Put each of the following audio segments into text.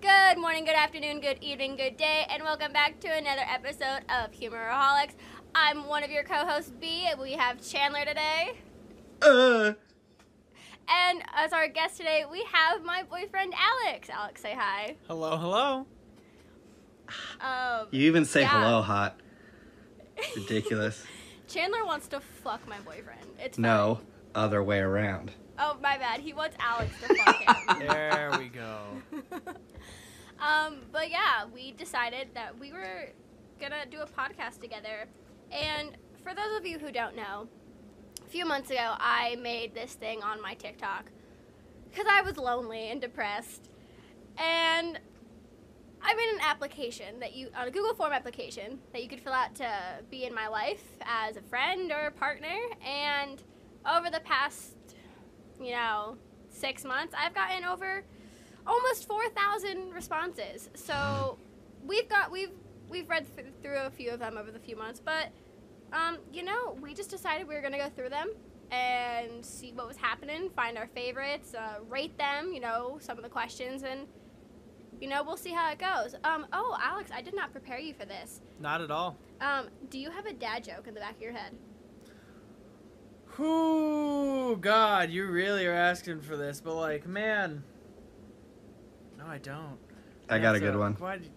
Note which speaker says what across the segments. Speaker 1: Good morning, good afternoon, good evening, good day, and welcome back to another episode of Humoraholics. I'm one of your co-hosts, B. and We have Chandler today,
Speaker 2: Uh,
Speaker 1: and as our guest today, we have my boyfriend Alex. Alex, say hi.
Speaker 3: Hello, hello.
Speaker 1: Um,
Speaker 2: you even say
Speaker 1: Yeah.
Speaker 2: hello hot. Ridiculous.
Speaker 1: Chandler wants to fuck my boyfriend. It's
Speaker 2: no, other way around.
Speaker 1: fine. Oh my bad. He wants Alex to fuck him.
Speaker 3: There we go.
Speaker 1: um, but yeah, we decided that we were gonna do a podcast together. And for those of you who don't know, a few months ago, I made this thing on my TikTok because I was lonely and depressed, and I made an application that you on a Google form application that you could fill out to be in my life as a friend or a partner. And over the past, you know, six months, I've gotten over almost 4,000 responses. So we've got we've we've read th- through a few of them over the few months, but um, you know, we just decided we were gonna go through them and see what was happening, find our favorites, uh, rate them, you know, some of the questions, and you know, we'll see how it goes. Um, oh, Alex, I did not prepare you for this.
Speaker 3: Not at all.
Speaker 1: Um, do you have a dad joke in the back of your head?
Speaker 3: Whoo, God, you really are asking for this, but like, man. No, I don't.
Speaker 2: I got a
Speaker 3: That's
Speaker 2: good one.
Speaker 3: Why did you...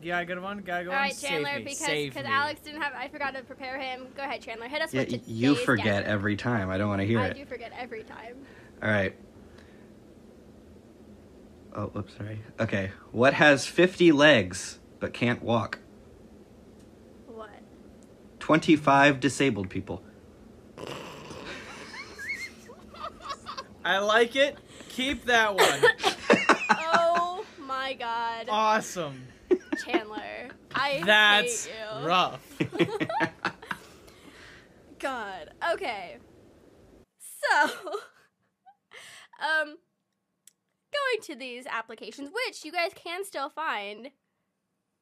Speaker 3: You got a good one? Gotta go
Speaker 1: All
Speaker 3: on.
Speaker 1: right,
Speaker 3: Save
Speaker 1: Chandler,
Speaker 3: me,
Speaker 1: because
Speaker 3: save
Speaker 1: because
Speaker 3: me.
Speaker 1: Alex didn't have, I forgot to prepare him. Go ahead, Chandler, hit us
Speaker 2: Yeah,
Speaker 1: with
Speaker 2: y-
Speaker 1: today's
Speaker 2: you
Speaker 1: dad
Speaker 2: forget
Speaker 1: joke.
Speaker 2: every time. I don't want to hear
Speaker 1: I
Speaker 2: it.
Speaker 1: do forget every time.
Speaker 2: All right. Oh, whoops, sorry. Okay. What has 50 legs but can't walk?
Speaker 1: What?
Speaker 2: 25 disabled people.
Speaker 3: I like it. Keep that one.
Speaker 1: oh my God,
Speaker 3: awesome.
Speaker 1: Chandler, I
Speaker 3: That's
Speaker 1: hate you.
Speaker 3: rough.
Speaker 1: God. Okay. So, um, going to these applications, which you guys can still find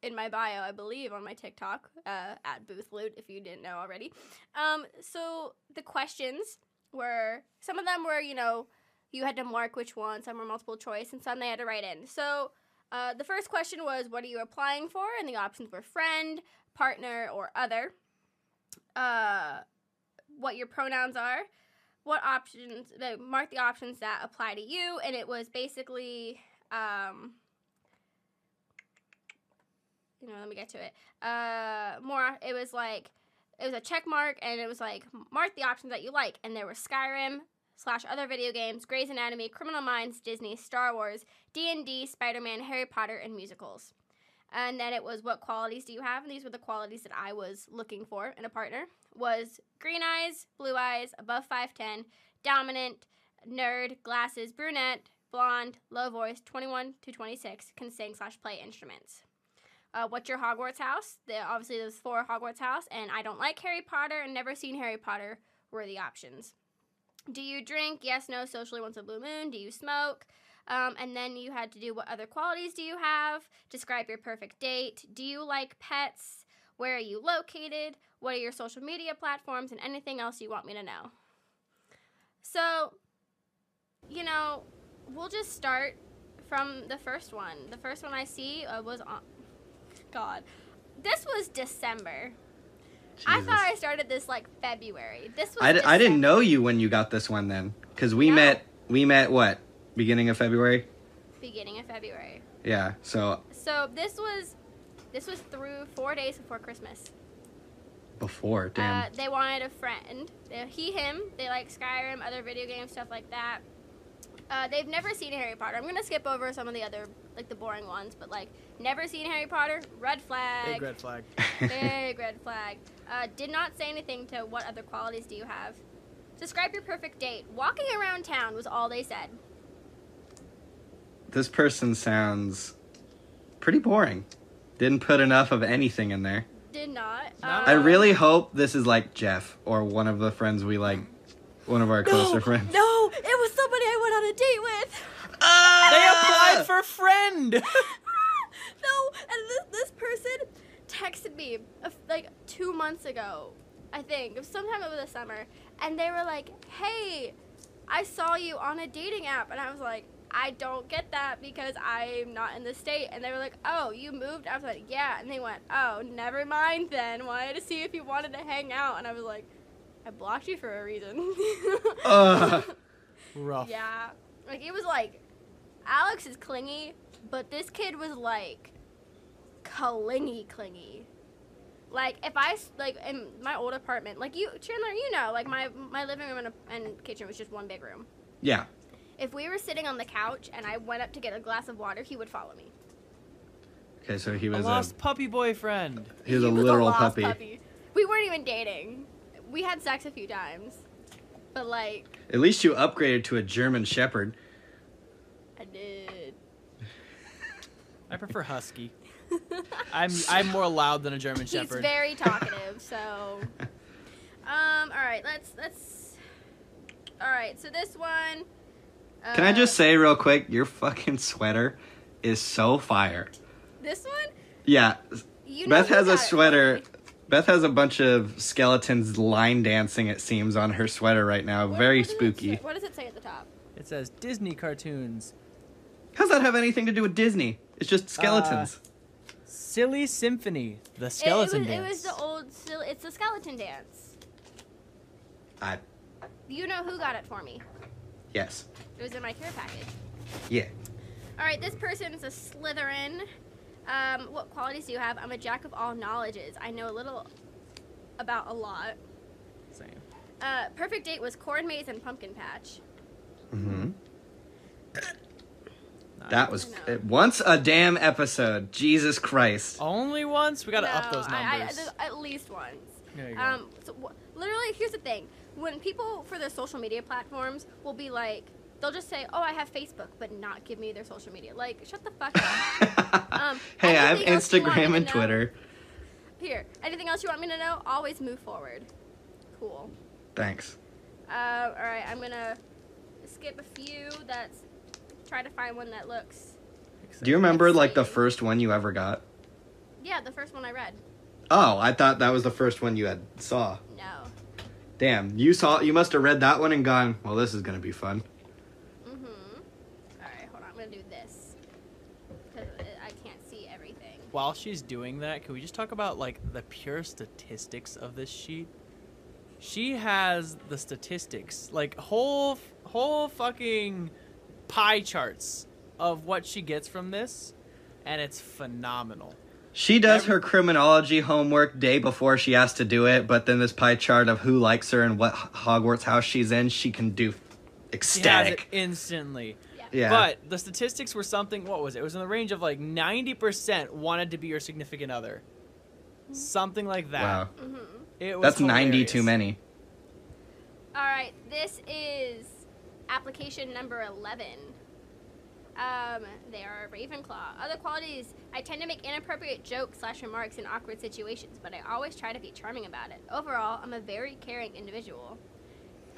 Speaker 1: in my bio, I believe, on my TikTok uh, at Boothloot, if you didn't know already. Um, so the questions were some of them were you know you had to mark which one, some were multiple choice, and some they had to write in. So. Uh, the first question was, what are you applying for? And the options were friend, partner, or other uh, what your pronouns are, what options, like, mark the options that apply to you, and it was basically, um, you know, let me get to it. Uh, more, it was like, it was a check mark, and it was like, mark the options that you like, and there were Skyrim slash other video games, Grey's Anatomy, Criminal Minds, Disney, Star Wars, D&D, Spider-Man, Harry Potter, and musicals. And then it was what qualities do you have? And these were the qualities that I was looking for in a partner was green eyes, blue eyes, above 5'10, dominant, nerd, glasses, brunette, blonde, low voice, 21 to 26, can sing slash play instruments. Uh, what's your Hogwarts house? The, obviously, there's four Hogwarts house, and I don't like Harry Potter and never seen Harry Potter were the options. Do you drink? Yes, no, socially once a blue moon. Do you smoke? Um, and then you had to do what other qualities do you have? Describe your perfect date. Do you like pets? Where are you located? What are your social media platforms? And anything else you want me to know. So, you know, we'll just start from the first one. The first one I see uh, was on. God. This was December. I
Speaker 2: Jesus.
Speaker 1: thought I started this like February. This was
Speaker 2: I, d- I
Speaker 1: December.
Speaker 2: didn't know you when you got this one then. Because we
Speaker 1: No.
Speaker 2: met, we met what? Beginning of February?
Speaker 1: beginning of February.
Speaker 2: Yeah. So
Speaker 1: So this was this was through four days before Christmas.
Speaker 2: before, damn.
Speaker 1: Uh, they wanted a friend. They, he, him. They like Skyrim, other video games, stuff like that. Uh, they've never seen Harry Potter. I'm gonna skip over some of the other like the boring ones, but like never seen Harry Potter. Red flag.
Speaker 3: Big red flag.
Speaker 1: Big red flag. Uh, did not say anything to what other qualities do you have. Describe your perfect date. Walking around town was all they said.
Speaker 2: this person sounds pretty boring. Didn't put enough of anything in there.
Speaker 1: Did not. Uh,
Speaker 2: I
Speaker 3: No.
Speaker 2: really hope this is like Jeff or one of the friends we like, one of our closer friends.
Speaker 1: No, it was somebody I went on a date with.
Speaker 3: they applied for friend.
Speaker 1: no, and this, this person texted me a f- like two months ago, I think, sometime over the summer, and they were like, "Hey, I saw you on a dating app," and I was like, I don't get that because I'm not in the state. And they were like, oh, you moved? I was like, yeah. And they went, oh, never mind then. Wanted to see if you wanted to hang out. And I was like, I blocked you for a reason.
Speaker 2: Ugh.
Speaker 3: Rough.
Speaker 1: yeah. Like, it was like, Alex is clingy, but this kid was like, clingy, clingy. Like if I s- like in my old apartment, like you Chandler, you know, like my my living room and, a- and kitchen was just one big room.
Speaker 2: Yeah.
Speaker 1: If we were sitting on the couch and I went up to get a glass of water, he would follow me.
Speaker 2: Okay, so he
Speaker 3: A
Speaker 2: was a,
Speaker 3: lost puppy boyfriend.
Speaker 2: he was a literal puppy.
Speaker 1: We weren't even dating. We had sex a few times, but like
Speaker 2: At least you upgraded to a German Shepherd.
Speaker 1: I did.
Speaker 3: I prefer husky. I'm I'm more loud than a German
Speaker 1: He's
Speaker 3: Shepherd.
Speaker 1: very talkative, so. Um. All right. Let's let's. All right. So this one. Uh,
Speaker 2: Can I just say real quick, your fucking sweater is so fire.
Speaker 1: uh, this one?
Speaker 2: Yeah,
Speaker 1: You know
Speaker 2: Beth
Speaker 1: you
Speaker 2: has a
Speaker 1: got it.
Speaker 2: sweater. Beth has a bunch of skeletons line dancing. It seems on her sweater right now.
Speaker 1: What-
Speaker 2: Very
Speaker 1: what does it
Speaker 2: spooky.
Speaker 1: say- what does it say at the top?
Speaker 3: It says Disney cartoons.
Speaker 2: How's that have anything to do with Disney? It's just skeletons.
Speaker 3: Silly Symphony.
Speaker 1: It-
Speaker 3: The
Speaker 1: it was-
Speaker 3: skeleton dance.
Speaker 1: It was the old. sil- It's the skeleton dance.
Speaker 2: I
Speaker 1: You know who got it for me?
Speaker 2: yes
Speaker 1: It was in my care package.
Speaker 2: yeah.
Speaker 1: All right, this person is a Slytherin. Um, what qualities do you have? I'm a jack of all knowledges. I know a little about a lot.
Speaker 3: Same.
Speaker 1: Uh, perfect date was corn maze and pumpkin patch.
Speaker 2: hmm
Speaker 3: Nice.
Speaker 2: That was
Speaker 1: I know.
Speaker 2: it- once a damn episode. Jesus Christ.
Speaker 3: only once. We gotta up
Speaker 1: No,
Speaker 3: those
Speaker 1: I- I-
Speaker 3: numbers.
Speaker 1: th- at least once.
Speaker 3: there you go.
Speaker 1: Um, so wh- literally, here's the thing: when people for their social media platforms will be like, they'll just say, "Oh, I have Facebook," but not give me their social media. Like, shut the fuck up. Um,
Speaker 2: hey, I have
Speaker 1: anything else you want me
Speaker 2: Instagram
Speaker 1: to
Speaker 2: and
Speaker 1: know?
Speaker 2: Twitter.
Speaker 1: Here, anything else you want me to know? Always move forward. Cool.
Speaker 2: Thanks.
Speaker 1: Um, all right, I'm gonna skip a few. That's try to find one that looks.
Speaker 2: Do you remember like the
Speaker 1: Exciting.
Speaker 2: first one you ever got?
Speaker 1: Yeah, the first one I read.
Speaker 2: Oh, I thought that was the first one you had saw.
Speaker 1: No.
Speaker 2: Damn, you saw you must have read that one and gone, well, this is gonna be fun.
Speaker 1: Mhm. All right, hold on. I'm gonna do this because I can't see everything.
Speaker 3: While she's doing that, can we just talk about like the pure statistics of this sheet? She has the statistics, like whole whole fucking pie charts of what she gets from this, and it's phenomenal.
Speaker 2: She does her criminology homework day before she has to do it, but then this pie chart of who likes her and what H- Hogwarts house she's in, she can do
Speaker 3: She has it
Speaker 2: ecstatic.
Speaker 3: instantly.
Speaker 1: Yeah.
Speaker 2: Yeah.
Speaker 3: But the statistics were something. What was it? It was in the range of like ninety percent wanted to be your significant other, something like that.
Speaker 2: wow.
Speaker 1: Mhm.
Speaker 3: It was
Speaker 2: That's 90 too
Speaker 3: hilarious.
Speaker 2: many.
Speaker 1: All right, this is application number 11. Um, they are a Ravenclaw. Other qualities I tend to make inappropriate jokes slash remarks in awkward situations, but I always try to be charming about it. Overall, I'm a very caring individual.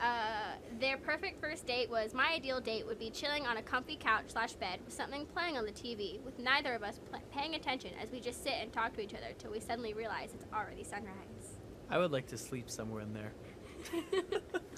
Speaker 1: Uh, their perfect first date was my ideal date would be chilling on a comfy couch slash bed with something playing on the TV, with neither of us pl- paying attention as we just sit and talk to each other till we suddenly realize it's already sunrise.
Speaker 3: I would like to sleep somewhere in there.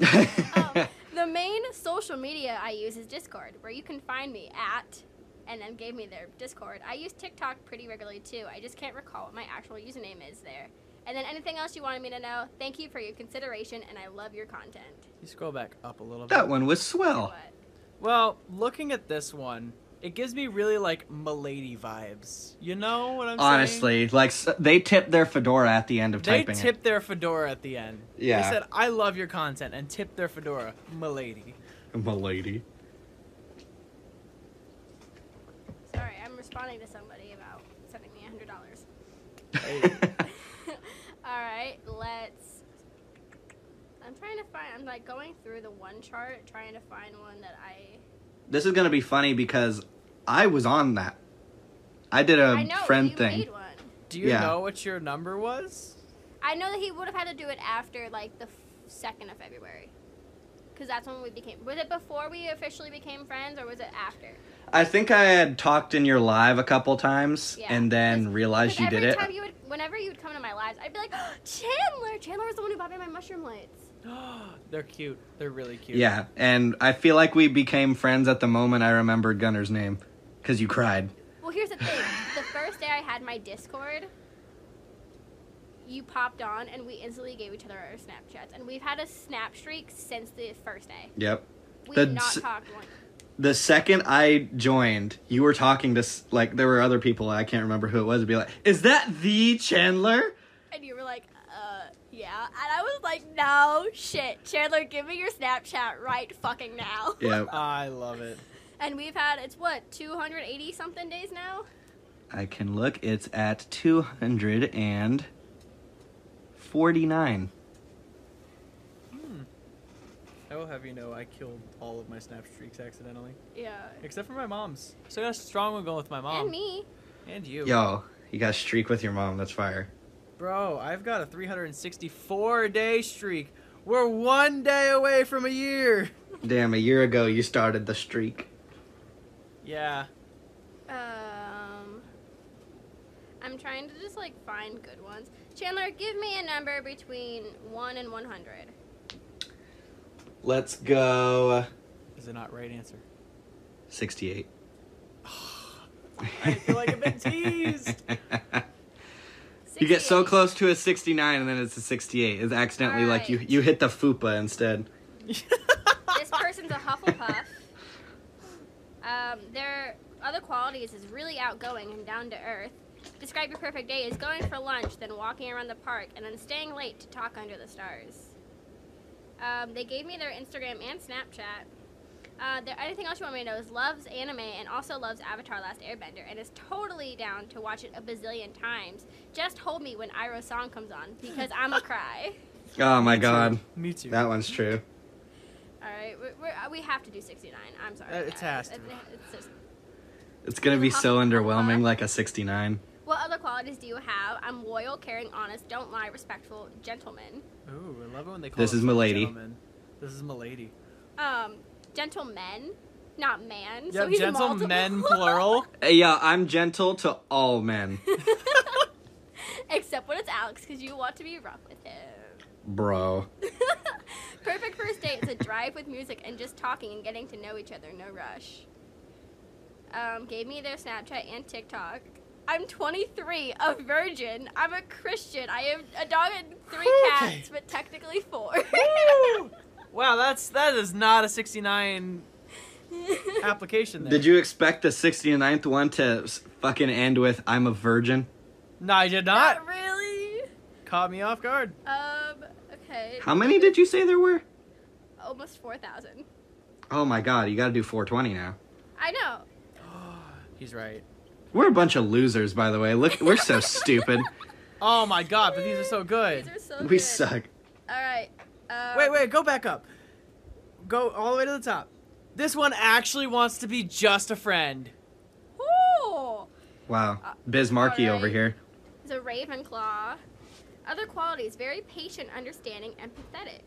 Speaker 1: Oh, the main social media I use is Discord, where you can find me at, and then gave me their Discord. I use TikTok pretty regularly too. I just can't recall what my actual username is there. And then anything else you wanted me to know, thank you for your consideration, and I love your content.
Speaker 3: You scroll back up a little bit.
Speaker 2: that one was swell.
Speaker 1: What?
Speaker 3: Well, looking at this one, it gives me really like milady vibes. You know what I'm saying?
Speaker 2: Honestly, like s- they tipped their fedora at the end of
Speaker 3: They
Speaker 2: typing
Speaker 3: tipped their fedora at the end. They
Speaker 2: Yeah.
Speaker 3: said, "I love your content," and tipped their fedora, milady.
Speaker 2: it. Milady.
Speaker 1: Sorry, I'm responding to somebody about sending me hundred dollars. All right, let's. I'm trying to find. I'm like going through the one chart, trying to find one that I.
Speaker 2: this is gonna be funny because I was on that. I did a
Speaker 1: I know
Speaker 2: friend
Speaker 1: you
Speaker 2: thing.
Speaker 1: made one.
Speaker 3: Do you
Speaker 2: Yeah.
Speaker 3: know what your number was?
Speaker 1: I know that he would have had to do it after like the f- second of February, because that's when we became. Was it before we officially became friends, or was it after?
Speaker 2: I think I had talked in your live a couple times
Speaker 1: Yeah.
Speaker 2: and then
Speaker 1: 'Cause-
Speaker 2: realized
Speaker 1: 'cause
Speaker 2: you
Speaker 1: every
Speaker 2: did it.
Speaker 1: Time you would, whenever you would come to my lives, I'd be like, Chandler. Chandler was the one who bought me my mushroom lights.
Speaker 3: They're cute. They're really cute.
Speaker 2: Yeah, and I feel like we became friends at the moment I remembered Gunner's name because you cried.
Speaker 1: Well, here's the thing. the first day I had my Discord, you popped on and we instantly gave each other our Snapchats. And we've had a snap streak since the first day.
Speaker 2: Yep.
Speaker 1: We've
Speaker 2: The
Speaker 1: not
Speaker 2: s-
Speaker 1: talked once.
Speaker 2: The second I joined, you were talking to s- like there were other people I can't remember who it was. Be like, is that the Chandler?
Speaker 1: And you were like, uh, yeah. And I was like, no shit. Chandler, give me your Snapchat right fucking now.
Speaker 2: Yeah,
Speaker 3: I love it.
Speaker 1: And we've had, it's what, 280 something days now?
Speaker 2: I can look. It's at two hundred and forty-nine.
Speaker 3: I will have you know, I killed all of my snap streaks accidentally,
Speaker 1: Yeah.
Speaker 3: except for my mom's. So I got a strong one going with my mom
Speaker 1: And me.
Speaker 3: And you,
Speaker 2: Yo, you got a streak with your mom. That's fire.
Speaker 3: bro. I've got a 364 day streak. We're one day away from a year.
Speaker 2: Damn, a year ago you started the streak.
Speaker 3: Yeah.
Speaker 1: Um, I'm trying to just like find good ones. Chandler, give me a number between one and one hundred.
Speaker 2: Let's go.
Speaker 3: Is it not right answer?
Speaker 2: Sixty-eight.
Speaker 3: I feel like I've been teased.
Speaker 2: You get so close to a 69 and then it's a 68. It's accidentally like you
Speaker 1: Alright.
Speaker 2: you hit the fupa instead.
Speaker 1: This person's a Hufflepuff. um, their other qualities is really outgoing and down to earth. Describe your perfect day as going for lunch, then walking around the park, and then staying late to talk under the stars. Um, they gave me their Instagram and Snapchat. Uh, there, anything else you want me to know is loves anime and also loves Avatar Last Airbender and is totally down to watch it a bazillion times. Just hold me when Iroh's song comes on because I'm a cry.
Speaker 2: Oh my god.
Speaker 3: Me too.
Speaker 2: That one's true.
Speaker 1: All right, we're, we're, uh, we have to do 69. I'm sorry.
Speaker 3: Uh, it
Speaker 1: guys.
Speaker 3: has to
Speaker 1: It-
Speaker 3: be.
Speaker 1: it's just-
Speaker 2: It's going to be so underwhelming like a 69.
Speaker 1: what other qualities do you have? I'm loyal, caring, honest, don't lie, respectful, gentleman.
Speaker 3: Ooh, I love it when they call.
Speaker 2: This
Speaker 3: us
Speaker 2: is Milady.
Speaker 3: gentlemen. This is Milady.
Speaker 1: Um, gentlemen, not man.
Speaker 3: Yeah,
Speaker 1: so he's
Speaker 3: gentlemen,
Speaker 1: multiple.
Speaker 3: plural.
Speaker 2: Uh, Yeah, I'm gentle to all men,
Speaker 1: Except when it's Alex, because you want to be rough with him.
Speaker 2: bro.
Speaker 1: Perfect first date is a drive with music and just talking and getting to know each other, no rush. Um, gave me their Snapchat and TikTok. I'm 23, a virgin. I'm a Christian. I have a dog and three
Speaker 3: Okay.
Speaker 1: cats, but technically four.
Speaker 3: Wow, that's that is not a 69 application. There.
Speaker 2: Did you expect the 69th one to s- fucking end with I'm a virgin?
Speaker 3: No, I did
Speaker 1: Not
Speaker 3: not.
Speaker 1: really.
Speaker 3: Caught me off guard.
Speaker 1: Um, okay.
Speaker 2: How many did you say there were?
Speaker 1: Almost 4,000.
Speaker 2: Oh my god, you got to do 420 now.
Speaker 1: I know.
Speaker 3: He's right.
Speaker 2: We're a bunch of losers by the way. Look, we're so stupid.
Speaker 3: Oh my god, but these are so good.
Speaker 1: These are so
Speaker 2: We
Speaker 1: good.
Speaker 2: suck.
Speaker 1: All right. Um,
Speaker 3: Wait, wait, go back up. Go all the way to the top. This one actually wants to be just a friend.
Speaker 1: Ooh.
Speaker 2: Wow.
Speaker 3: Uh,
Speaker 2: Bismarcky over
Speaker 1: Alright.
Speaker 2: here.
Speaker 1: is a Ravenclaw. Other qualities very patient, understanding, and pathetic.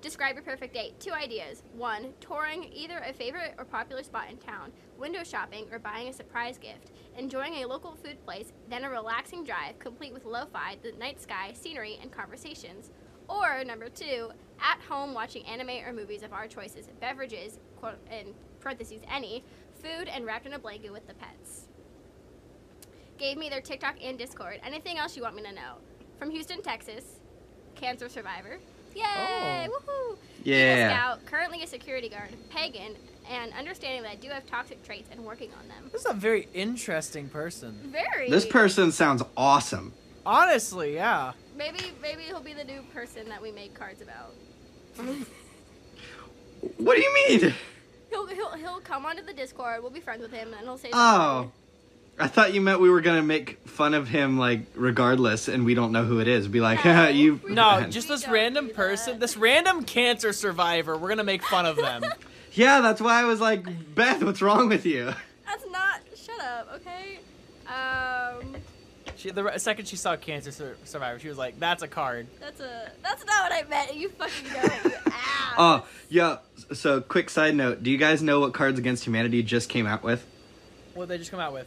Speaker 1: Describe your perfect date. Two ideas. One, touring either a favorite or popular spot in town, window shopping, or buying a surprise gift, enjoying a local food place, then a relaxing drive complete with lo fi, the night sky, scenery, and conversations. Or, number two, at home watching anime or movies of our choices, beverages, quote, in parentheses, any, food, and wrapped in a blanket with the pets gave me their TikTok and Discord. Anything else you want me to know? From Houston, Texas, cancer survivor. Yay! Woohoo! Eagle
Speaker 2: Oh. Yeah.
Speaker 1: Scout, currently a security guard, pagan, and understanding that I do have toxic traits and working on them.
Speaker 3: This is a very interesting person.
Speaker 1: Very.
Speaker 2: This person sounds awesome.
Speaker 3: Honestly, yeah.
Speaker 1: Maybe maybe he'll be the new person that we make cards about.
Speaker 2: What do you mean?
Speaker 1: He'll he'll he'll come onto the Discord. We'll be friends with him, and he'll say.
Speaker 2: Oh. I thought you meant we were gonna make fun of him like regardless and we don't know who it is. Be like,
Speaker 1: No,
Speaker 2: "Haha, you
Speaker 1: we-
Speaker 3: No,
Speaker 1: We
Speaker 3: just this
Speaker 1: don't
Speaker 3: random
Speaker 1: do that.
Speaker 3: person, this random cancer survivor. We're gonna make fun of them.
Speaker 2: Yeah, that's why I was like, Beth, what's wrong with you?
Speaker 1: That's not. Shut up, okay? Um,
Speaker 3: she, the re- second she saw cancer sur- survivor, she was like, "That's a card."
Speaker 1: that's a. That's not what I meant. You fucking know it. You ass.
Speaker 2: Oh, yeah. So quick side note, do you guys know what Cards Against Humanity just came out with?
Speaker 3: What they just come out with?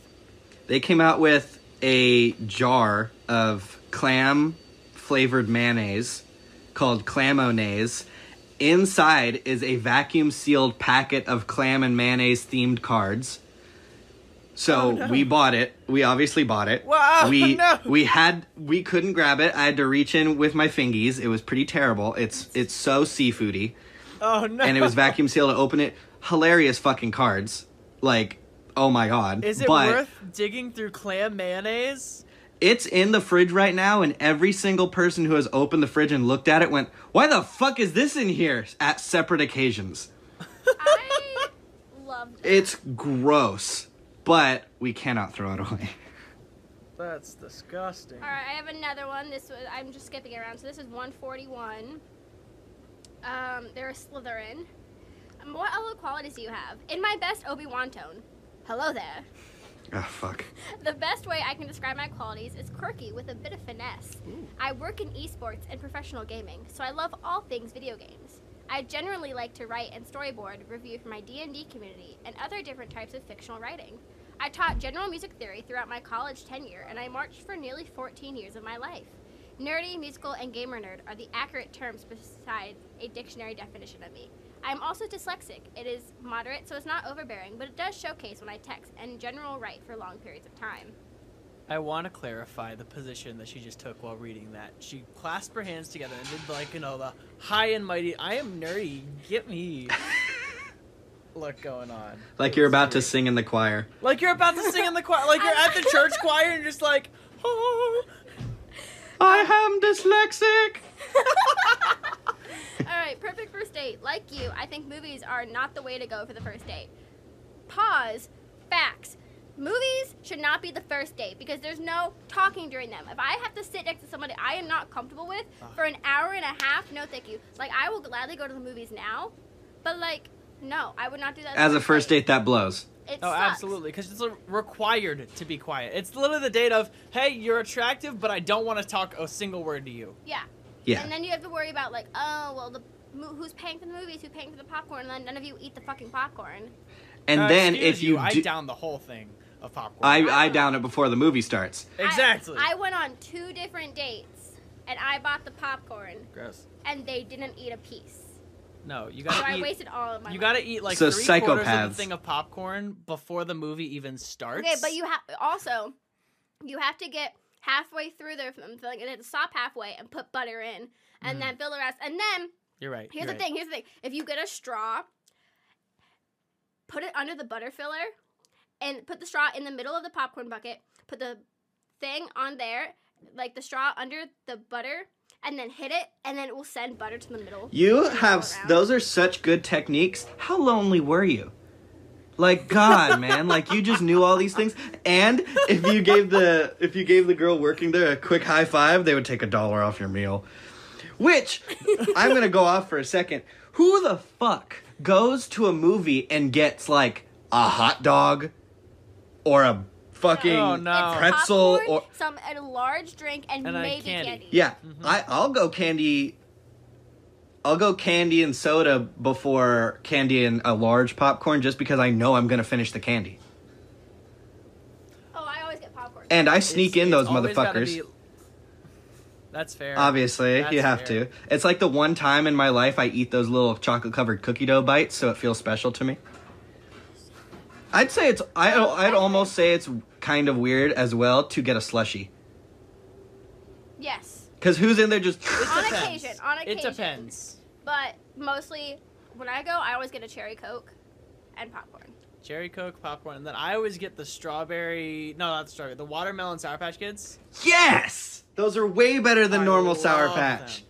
Speaker 2: They came out with a jar of clam flavored mayonnaise called Clamonaise. Inside is a vacuum sealed packet of clam and mayonnaise themed cards. So
Speaker 3: Oh, no.
Speaker 2: we bought it. We obviously bought it.
Speaker 3: Wow,
Speaker 2: We
Speaker 3: no.
Speaker 2: we had we couldn't grab it. I had to reach in with my fingies. It was pretty terrible. It's it's so seafoody
Speaker 3: Oh no!
Speaker 2: and it was vacuum sealed to open it. Hilarious fucking cards. Like, oh my god.
Speaker 3: Is it
Speaker 2: but
Speaker 3: worth digging through clam mayonnaise?
Speaker 2: It's in the fridge right now, and every single person who has opened the fridge and looked at it went, "Why the fuck is this in here?" At separate occasions.
Speaker 1: I loved it.
Speaker 2: It's gross, but we cannot throw it away.
Speaker 3: That's disgusting.
Speaker 1: All right, I have another one. This was I'm just skipping around. So this is 141. Um, they're a Slytherin. Um, what other qualities do you have? In my best Obi Wan tone. Hello there.
Speaker 2: Oh fuck.
Speaker 1: The best way I can describe my qualities is quirky with a bit of finesse. I work in esports and professional gaming, so I love all things video games. I generally like to write and storyboard, review for my D&D community, and other different types of fictional writing. I taught general music theory throughout my college tenure, and I marched for nearly 14 years of my life. Nerdy, musical, and gamer nerd are the accurate terms besides a dictionary definition of me. I'm also dyslexic. It is moderate, so it's not overbearing, but it does showcase when I text and general write for long periods of time.
Speaker 3: I want to clarify the position that she just took while reading that. She clasped her hands together and did like you know the high and mighty. I am nerdy. Get me. Look going on.
Speaker 2: Like you're about to sing in the choir.
Speaker 3: Like you're about to sing in the choir. Like you're at the church choir and you're just like, oh.
Speaker 2: I am dyslexic.
Speaker 1: All right, perfect first date. Like you, I think movies are not the way to go for the first date. Pause. Facts. Movies should not be the first date because there's no talking during them. If I have to sit next to somebody I am not comfortable with for an hour and a half, no thank you. Like I will gladly go to the movies now, but like no, I would not do that
Speaker 2: As a first date, that blows.
Speaker 1: It
Speaker 3: Oh,
Speaker 1: sucks.
Speaker 3: absolutely, because it's required to be quiet. It's literally the date of, hey, you're attractive, but I don't want to talk a single word to you.
Speaker 1: Yeah.
Speaker 2: Yeah.
Speaker 1: And then you have to worry about like, oh well, the mo- who's paying for the movies, who's paying for the popcorn, and then none of you eat the fucking popcorn.
Speaker 2: And
Speaker 3: Uh,
Speaker 2: then
Speaker 3: excuse
Speaker 2: if you,
Speaker 3: I
Speaker 2: do,
Speaker 3: down the whole thing of popcorn.
Speaker 2: I I down it before the movie starts.
Speaker 1: I-
Speaker 3: exactly.
Speaker 1: I, went on two different dates, and I bought the popcorn,
Speaker 3: Gross.
Speaker 1: and they didn't eat a piece.
Speaker 3: No, you
Speaker 1: So
Speaker 3: gotta
Speaker 1: Oh, I
Speaker 3: eat.
Speaker 1: wasted all of my.
Speaker 3: you
Speaker 1: money.
Speaker 3: gotta eat like
Speaker 2: So
Speaker 3: three quarters of
Speaker 2: psychopaths.
Speaker 3: a thing of popcorn before the movie even starts.
Speaker 1: Okay, but you have also, you have to get halfway through there from filling, and then stop halfway and put butter in, and
Speaker 3: Mm.
Speaker 1: then fill the rest. And then
Speaker 3: You're right.
Speaker 1: here's
Speaker 3: you're
Speaker 1: the
Speaker 3: right.
Speaker 1: thing. Here's the thing. If you get a straw, put it under the butter filler, and put the straw in the middle of the popcorn bucket. Put the thing on there, like the straw under the butter. And then hit it, and then it will send butter to the middle.
Speaker 2: You
Speaker 1: All
Speaker 2: have s-
Speaker 1: around.
Speaker 2: those are such good techniques. How lonely were you? Like God, man, like you just knew all these things. And if you gave the if you gave the girl working there a quick high five, they would take a dollar off your meal. Which I'm gonna go off for a second. Who the fuck goes to a movie and gets like a hot dog or a fucking
Speaker 3: Oh, no.
Speaker 1: It's
Speaker 2: pretzel
Speaker 1: popcorn,
Speaker 2: or
Speaker 1: some a large drink and,
Speaker 3: And, uh,
Speaker 1: maybe candy.
Speaker 3: candy.
Speaker 2: yeah,
Speaker 3: Mm-hmm.
Speaker 2: I I'll go candy. I'll go candy and soda before candy and a large popcorn, just because I know I'm gonna finish the candy.
Speaker 1: Oh, I always get popcorn.
Speaker 2: And I sneak
Speaker 3: It's-
Speaker 2: in
Speaker 3: it's
Speaker 2: those
Speaker 3: always gotta
Speaker 2: motherfuckers.
Speaker 3: be- That's fair.
Speaker 2: Obviously,
Speaker 3: That's
Speaker 2: you have
Speaker 3: fair.
Speaker 2: to. It's like the one time in my life I eat those little chocolate covered cookie dough bites, so it feels special to me. I'd say it's. I, I'd almost say it's kind of weird as well to get a slushy,
Speaker 1: yes,
Speaker 2: because who's in there just.
Speaker 1: on
Speaker 3: Depends.
Speaker 1: occasion, on
Speaker 3: It
Speaker 1: occasion.
Speaker 3: depends.
Speaker 1: But mostly, when I go, I always get a cherry coke and popcorn.
Speaker 3: Cherry Coke, popcorn, and then I always get the strawberry. No, not the strawberry. The watermelon Sour Patch Kids.
Speaker 2: Yes, those are way better than
Speaker 3: I
Speaker 2: normal sour
Speaker 3: love
Speaker 2: patch.
Speaker 3: them.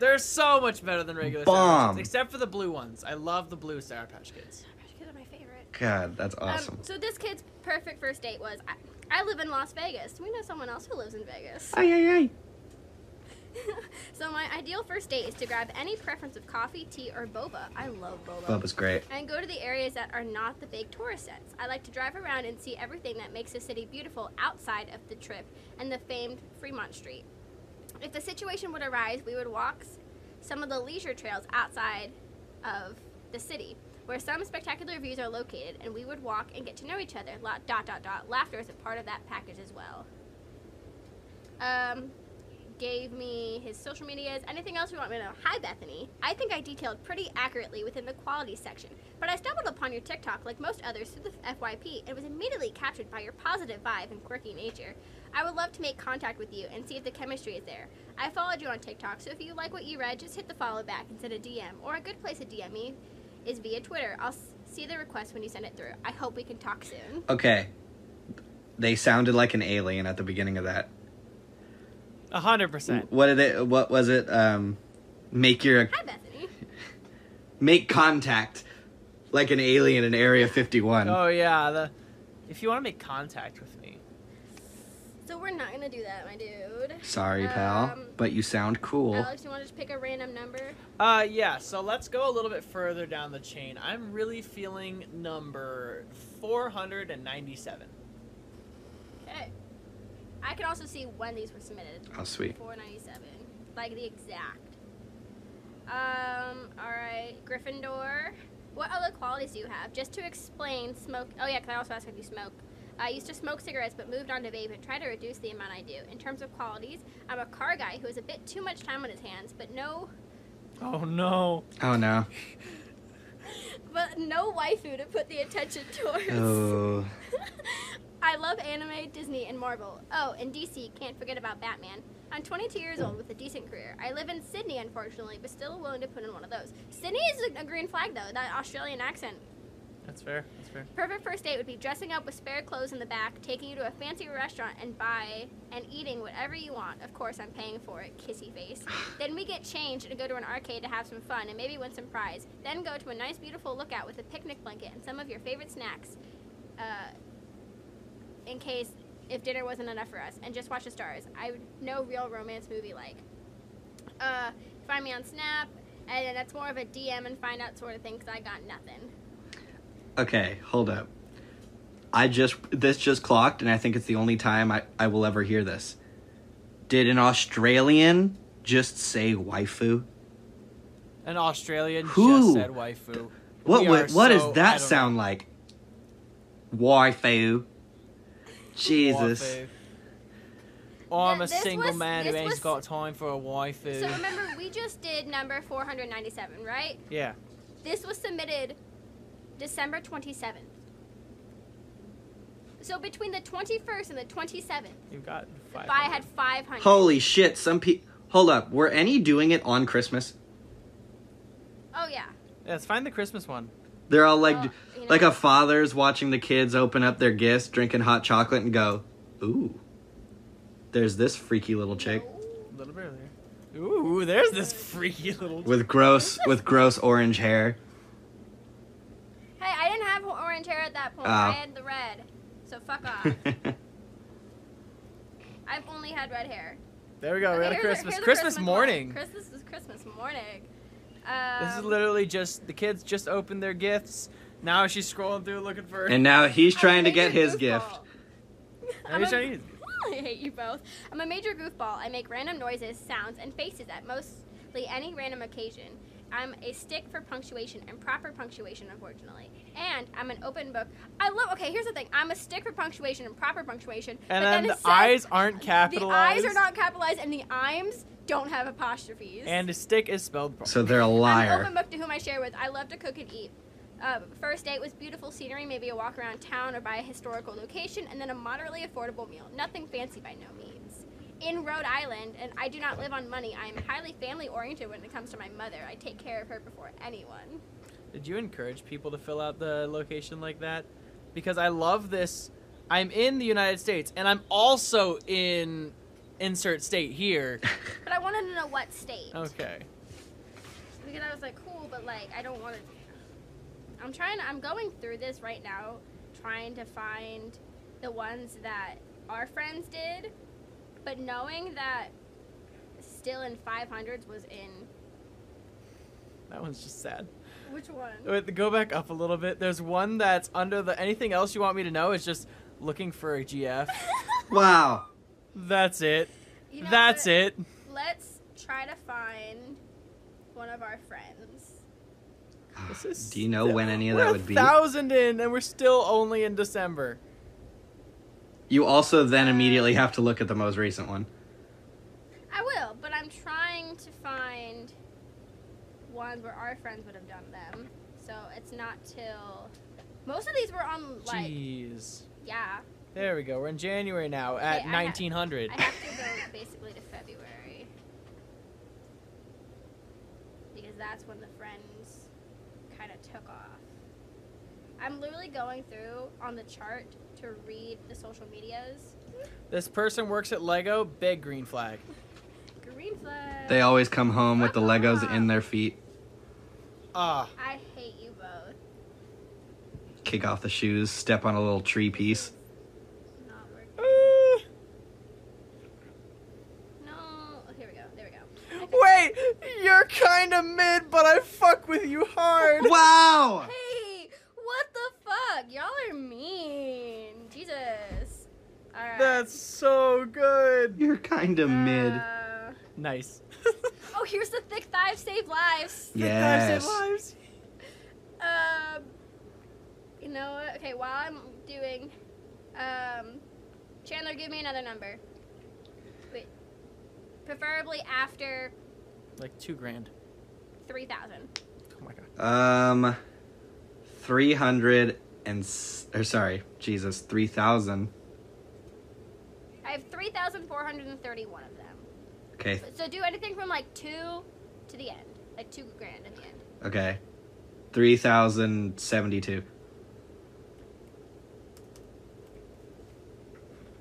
Speaker 3: They're so much better than regular Sour Patch
Speaker 2: Bomb.
Speaker 3: Kids, except for the blue ones. I love the blue Sour Patch Kids.
Speaker 1: Kids are my favorite.
Speaker 2: God, that's awesome.
Speaker 1: Um, so this kid's perfect first date was I, I live in Las Vegas. We know someone else who lives in Vegas.
Speaker 2: Ay, ay, ay.
Speaker 1: so my ideal first date is to grab any preference of coffee, tea, or boba. I love boba.
Speaker 2: Bubba's great.
Speaker 1: and go to the areas that are not the big tourist sets. I like to drive around and see everything that makes the city beautiful outside of the trip and the famed Fremont Street. If the situation would arise, we would walk s- some of the leisure trails outside of the city, where some spectacular views are located, and we would walk and get to know each other. Lot, dot dot dot. Laughter is a part of that package as well. Um, gave me his social medias. Anything else you want me to know? Hi, Bethany. I think I detailed pretty accurately within the quality section, but I stumbled upon your TikTok like most others through the FYP and was immediately captured by your positive vibe and quirky nature. I would love to make contact with you and see if the chemistry is there. I followed you on TikTok, so if you like what you read, just hit the follow back and send a DM, or a good place to DM me is via Twitter. I'll s- see the request when you send it through. I hope we can talk soon.
Speaker 2: Okay. They sounded like an alien at the beginning of that.
Speaker 3: A hundred percent.
Speaker 2: What did it? What was it? Um, make your
Speaker 1: Hi, Bethany.
Speaker 2: make contact, like an alien in Area Fifty One.
Speaker 3: Oh yeah. The if you want to make contact with me,
Speaker 1: So we're not gonna do that, my dude.
Speaker 2: Sorry, pal,
Speaker 1: Um,
Speaker 2: but you sound cool.
Speaker 1: Alex, you want to just pick a random number?
Speaker 3: Uh, yeah, so let's go a little bit further down the chain. I'm really feeling number 497.
Speaker 1: Okay. I can also see when these were submitted.
Speaker 2: Oh, sweet.
Speaker 1: 497. Like the exact. Um, alright. Gryffindor. What other qualities do you have? Just to explain, smoke. Oh, yeah, because I also asked if you smoke. I used to smoke cigarettes but moved on to vape and try to reduce the amount I do. In terms of qualities, I'm a car guy who has a bit too much time on his hands, but no
Speaker 3: Oh no.
Speaker 2: Oh no.
Speaker 1: but no waifu to put the attention towards.
Speaker 2: Oh.
Speaker 1: I love anime, Disney, and Marvel. Oh, and DC, can't forget about Batman. I'm 22 years old with a decent career. I live in Sydney, unfortunately, but still willing to put in one of those. Sydney is a green flag, though, that Australian accent.
Speaker 3: That's fair. That's fair.
Speaker 1: Perfect first date would be dressing up with spare clothes in the back, taking you to a fancy restaurant and buy and eating whatever you want. Of course, I'm paying for it, kissy face. then we get changed and go to an arcade to have some fun and maybe win some prize. Then go to a nice, beautiful lookout with a picnic blanket and some of your favorite snacks, uh, in case if dinner wasn't enough for us, and just watch the stars. I no real romance movie like. Uh, find me on Snap, and that's more of a DM and find out sort of thing because I got nothing.
Speaker 2: Okay, hold up. I just this just clocked, and I think it's the only time I, I will ever hear this. Did an Australian just say waifu?
Speaker 3: An Australian
Speaker 2: Who?
Speaker 3: just said waifu.
Speaker 2: What
Speaker 3: We
Speaker 2: wa-
Speaker 3: are
Speaker 2: what does
Speaker 3: so- I
Speaker 2: that
Speaker 3: don't
Speaker 2: sound like? Waifu.
Speaker 3: know.
Speaker 2: Jesus.
Speaker 3: Waifu. Oh, I'm
Speaker 1: Yeah,
Speaker 3: a
Speaker 1: this
Speaker 3: single
Speaker 1: was-
Speaker 3: man who
Speaker 1: this
Speaker 3: ain't
Speaker 1: was-
Speaker 3: got time for a waifu.
Speaker 1: So remember, we just did number 497, right?
Speaker 3: yeah.
Speaker 1: This was submitted December 27th. So between the 21st and the 27th,
Speaker 3: You've got five.
Speaker 1: I had 500.
Speaker 2: Holy shit! Some pe. Hold up. Were any doing it on Christmas?
Speaker 1: Oh, yeah.
Speaker 3: Let's find the Christmas one.
Speaker 2: They're all like,
Speaker 1: Well, you know-
Speaker 2: like a father's watching the kids open up their gifts, drinking hot chocolate, and go, "Ooh, there's this freaky little chick."
Speaker 1: No.
Speaker 3: A little bit earlier. Ooh, there's this freaky little.
Speaker 2: with gross with gross orange hair.
Speaker 1: Hey, I didn't have orange hair at that point.
Speaker 2: Oh.
Speaker 1: I had the red. So fuck off. I've only had red hair.
Speaker 3: There Oh, we go.
Speaker 1: Okay,
Speaker 3: we got
Speaker 1: here's
Speaker 3: a
Speaker 1: our-
Speaker 3: Christmas.
Speaker 1: here's our
Speaker 3: Christmas morning.
Speaker 1: One. Christmas is Christmas morning. Um,
Speaker 3: This is literally just the kids just opened their gifts. Now she's scrolling through looking for.
Speaker 2: and now he's
Speaker 1: I'm a
Speaker 2: trying to get
Speaker 1: major
Speaker 2: his
Speaker 1: goofball.
Speaker 2: gift.
Speaker 1: I'm
Speaker 3: he's
Speaker 1: a-
Speaker 3: trying to get-
Speaker 1: I hate you both. I'm a major goofball. I make random noises, sounds, and faces at mostly any random occasion. I'm a stick for punctuation and proper punctuation, unfortunately. And I'm an open book. I love. Okay, here's the thing. I'm a stick for punctuation and proper punctuation.
Speaker 3: and
Speaker 1: but
Speaker 3: then
Speaker 1: then
Speaker 3: the
Speaker 1: it says
Speaker 3: eyes aren't
Speaker 1: The
Speaker 3: capitalized.
Speaker 1: eyes are not capitalized, and the ims don't have apostrophes.
Speaker 3: And a stick is spelled wrong.
Speaker 2: So they're a
Speaker 1: I'm an open
Speaker 2: liar.
Speaker 1: book to whom I share with. I love to cook and eat. Uh, first date was beautiful scenery, maybe a walk around town or by a historical location, and then a moderately affordable meal. Nothing fancy by no means. In Rhode Island, and I do not live on money, I am highly family oriented when it comes to my mother. I take care of her before anyone.
Speaker 3: Did you encourage people to fill out the location like that? Because I love this. I'm in the United States, and I'm also in insert state here.
Speaker 1: But I wanted to know what state.
Speaker 3: Okay.
Speaker 1: Because I was like, cool, but like, I don't want to. I'm trying. I'm going through this right now, trying to find the ones that our friends did, but knowing that still in 500s was in
Speaker 3: That one's just sad.
Speaker 1: which one?
Speaker 3: Wait, go back up a little bit. There's one that's under the. Anything else you want me to know is just looking for a GF.
Speaker 2: Wow.
Speaker 3: That's it.
Speaker 1: You know
Speaker 3: that's
Speaker 1: what?
Speaker 3: it.
Speaker 1: Let's try to find one of our friends.
Speaker 3: This is
Speaker 2: Do you know when any of
Speaker 3: we're
Speaker 2: that
Speaker 3: a
Speaker 2: would be?
Speaker 3: thousand in, and we're still only in December.
Speaker 2: You also then immediately have to look at the most recent one.
Speaker 1: I will. ones where our friends would have done them. So it's not till most of these were on like
Speaker 3: Jeez.
Speaker 1: yeah.
Speaker 3: There we go. We're in January now
Speaker 1: I
Speaker 3: at
Speaker 1: ha-
Speaker 3: 1900.
Speaker 1: I have to go basically to February because that's when the friends kind of took off. I'm literally going through on the chart to read the social medias.
Speaker 3: This person works at Lego. Big green flag.
Speaker 1: Green flag.
Speaker 2: They always come home with the Legos in their feet.
Speaker 3: Ah,
Speaker 1: I hate you both.
Speaker 2: Kick off the shoes, step on a little tree piece.
Speaker 1: Not working. No. Oh, here we go. There we go. Okay.
Speaker 3: Wait, you're kind of mid, but I fuck with you hard.
Speaker 2: Wow!
Speaker 1: Hey, what the fuck? Y'all are mean. Jesus. All right.
Speaker 3: That's so good.
Speaker 2: You're kind of mid.
Speaker 1: Uh,
Speaker 3: Nice.
Speaker 1: oh, here's the thick thighs save lives.
Speaker 2: Yes.
Speaker 1: Um, you know what? Okay, while I'm doing, um, Chandler, give me another number. Wait. Preferably after
Speaker 3: Like two grand.
Speaker 1: three thousand.
Speaker 3: Oh my god.
Speaker 2: Um, 300 and. S- or sorry, Jesus, 3,000.
Speaker 1: I have three thousand four hundred and thirty-one of them.
Speaker 2: Okay,
Speaker 1: So do anything from like two to the end, like two grand at the end.
Speaker 2: okay. 3,072.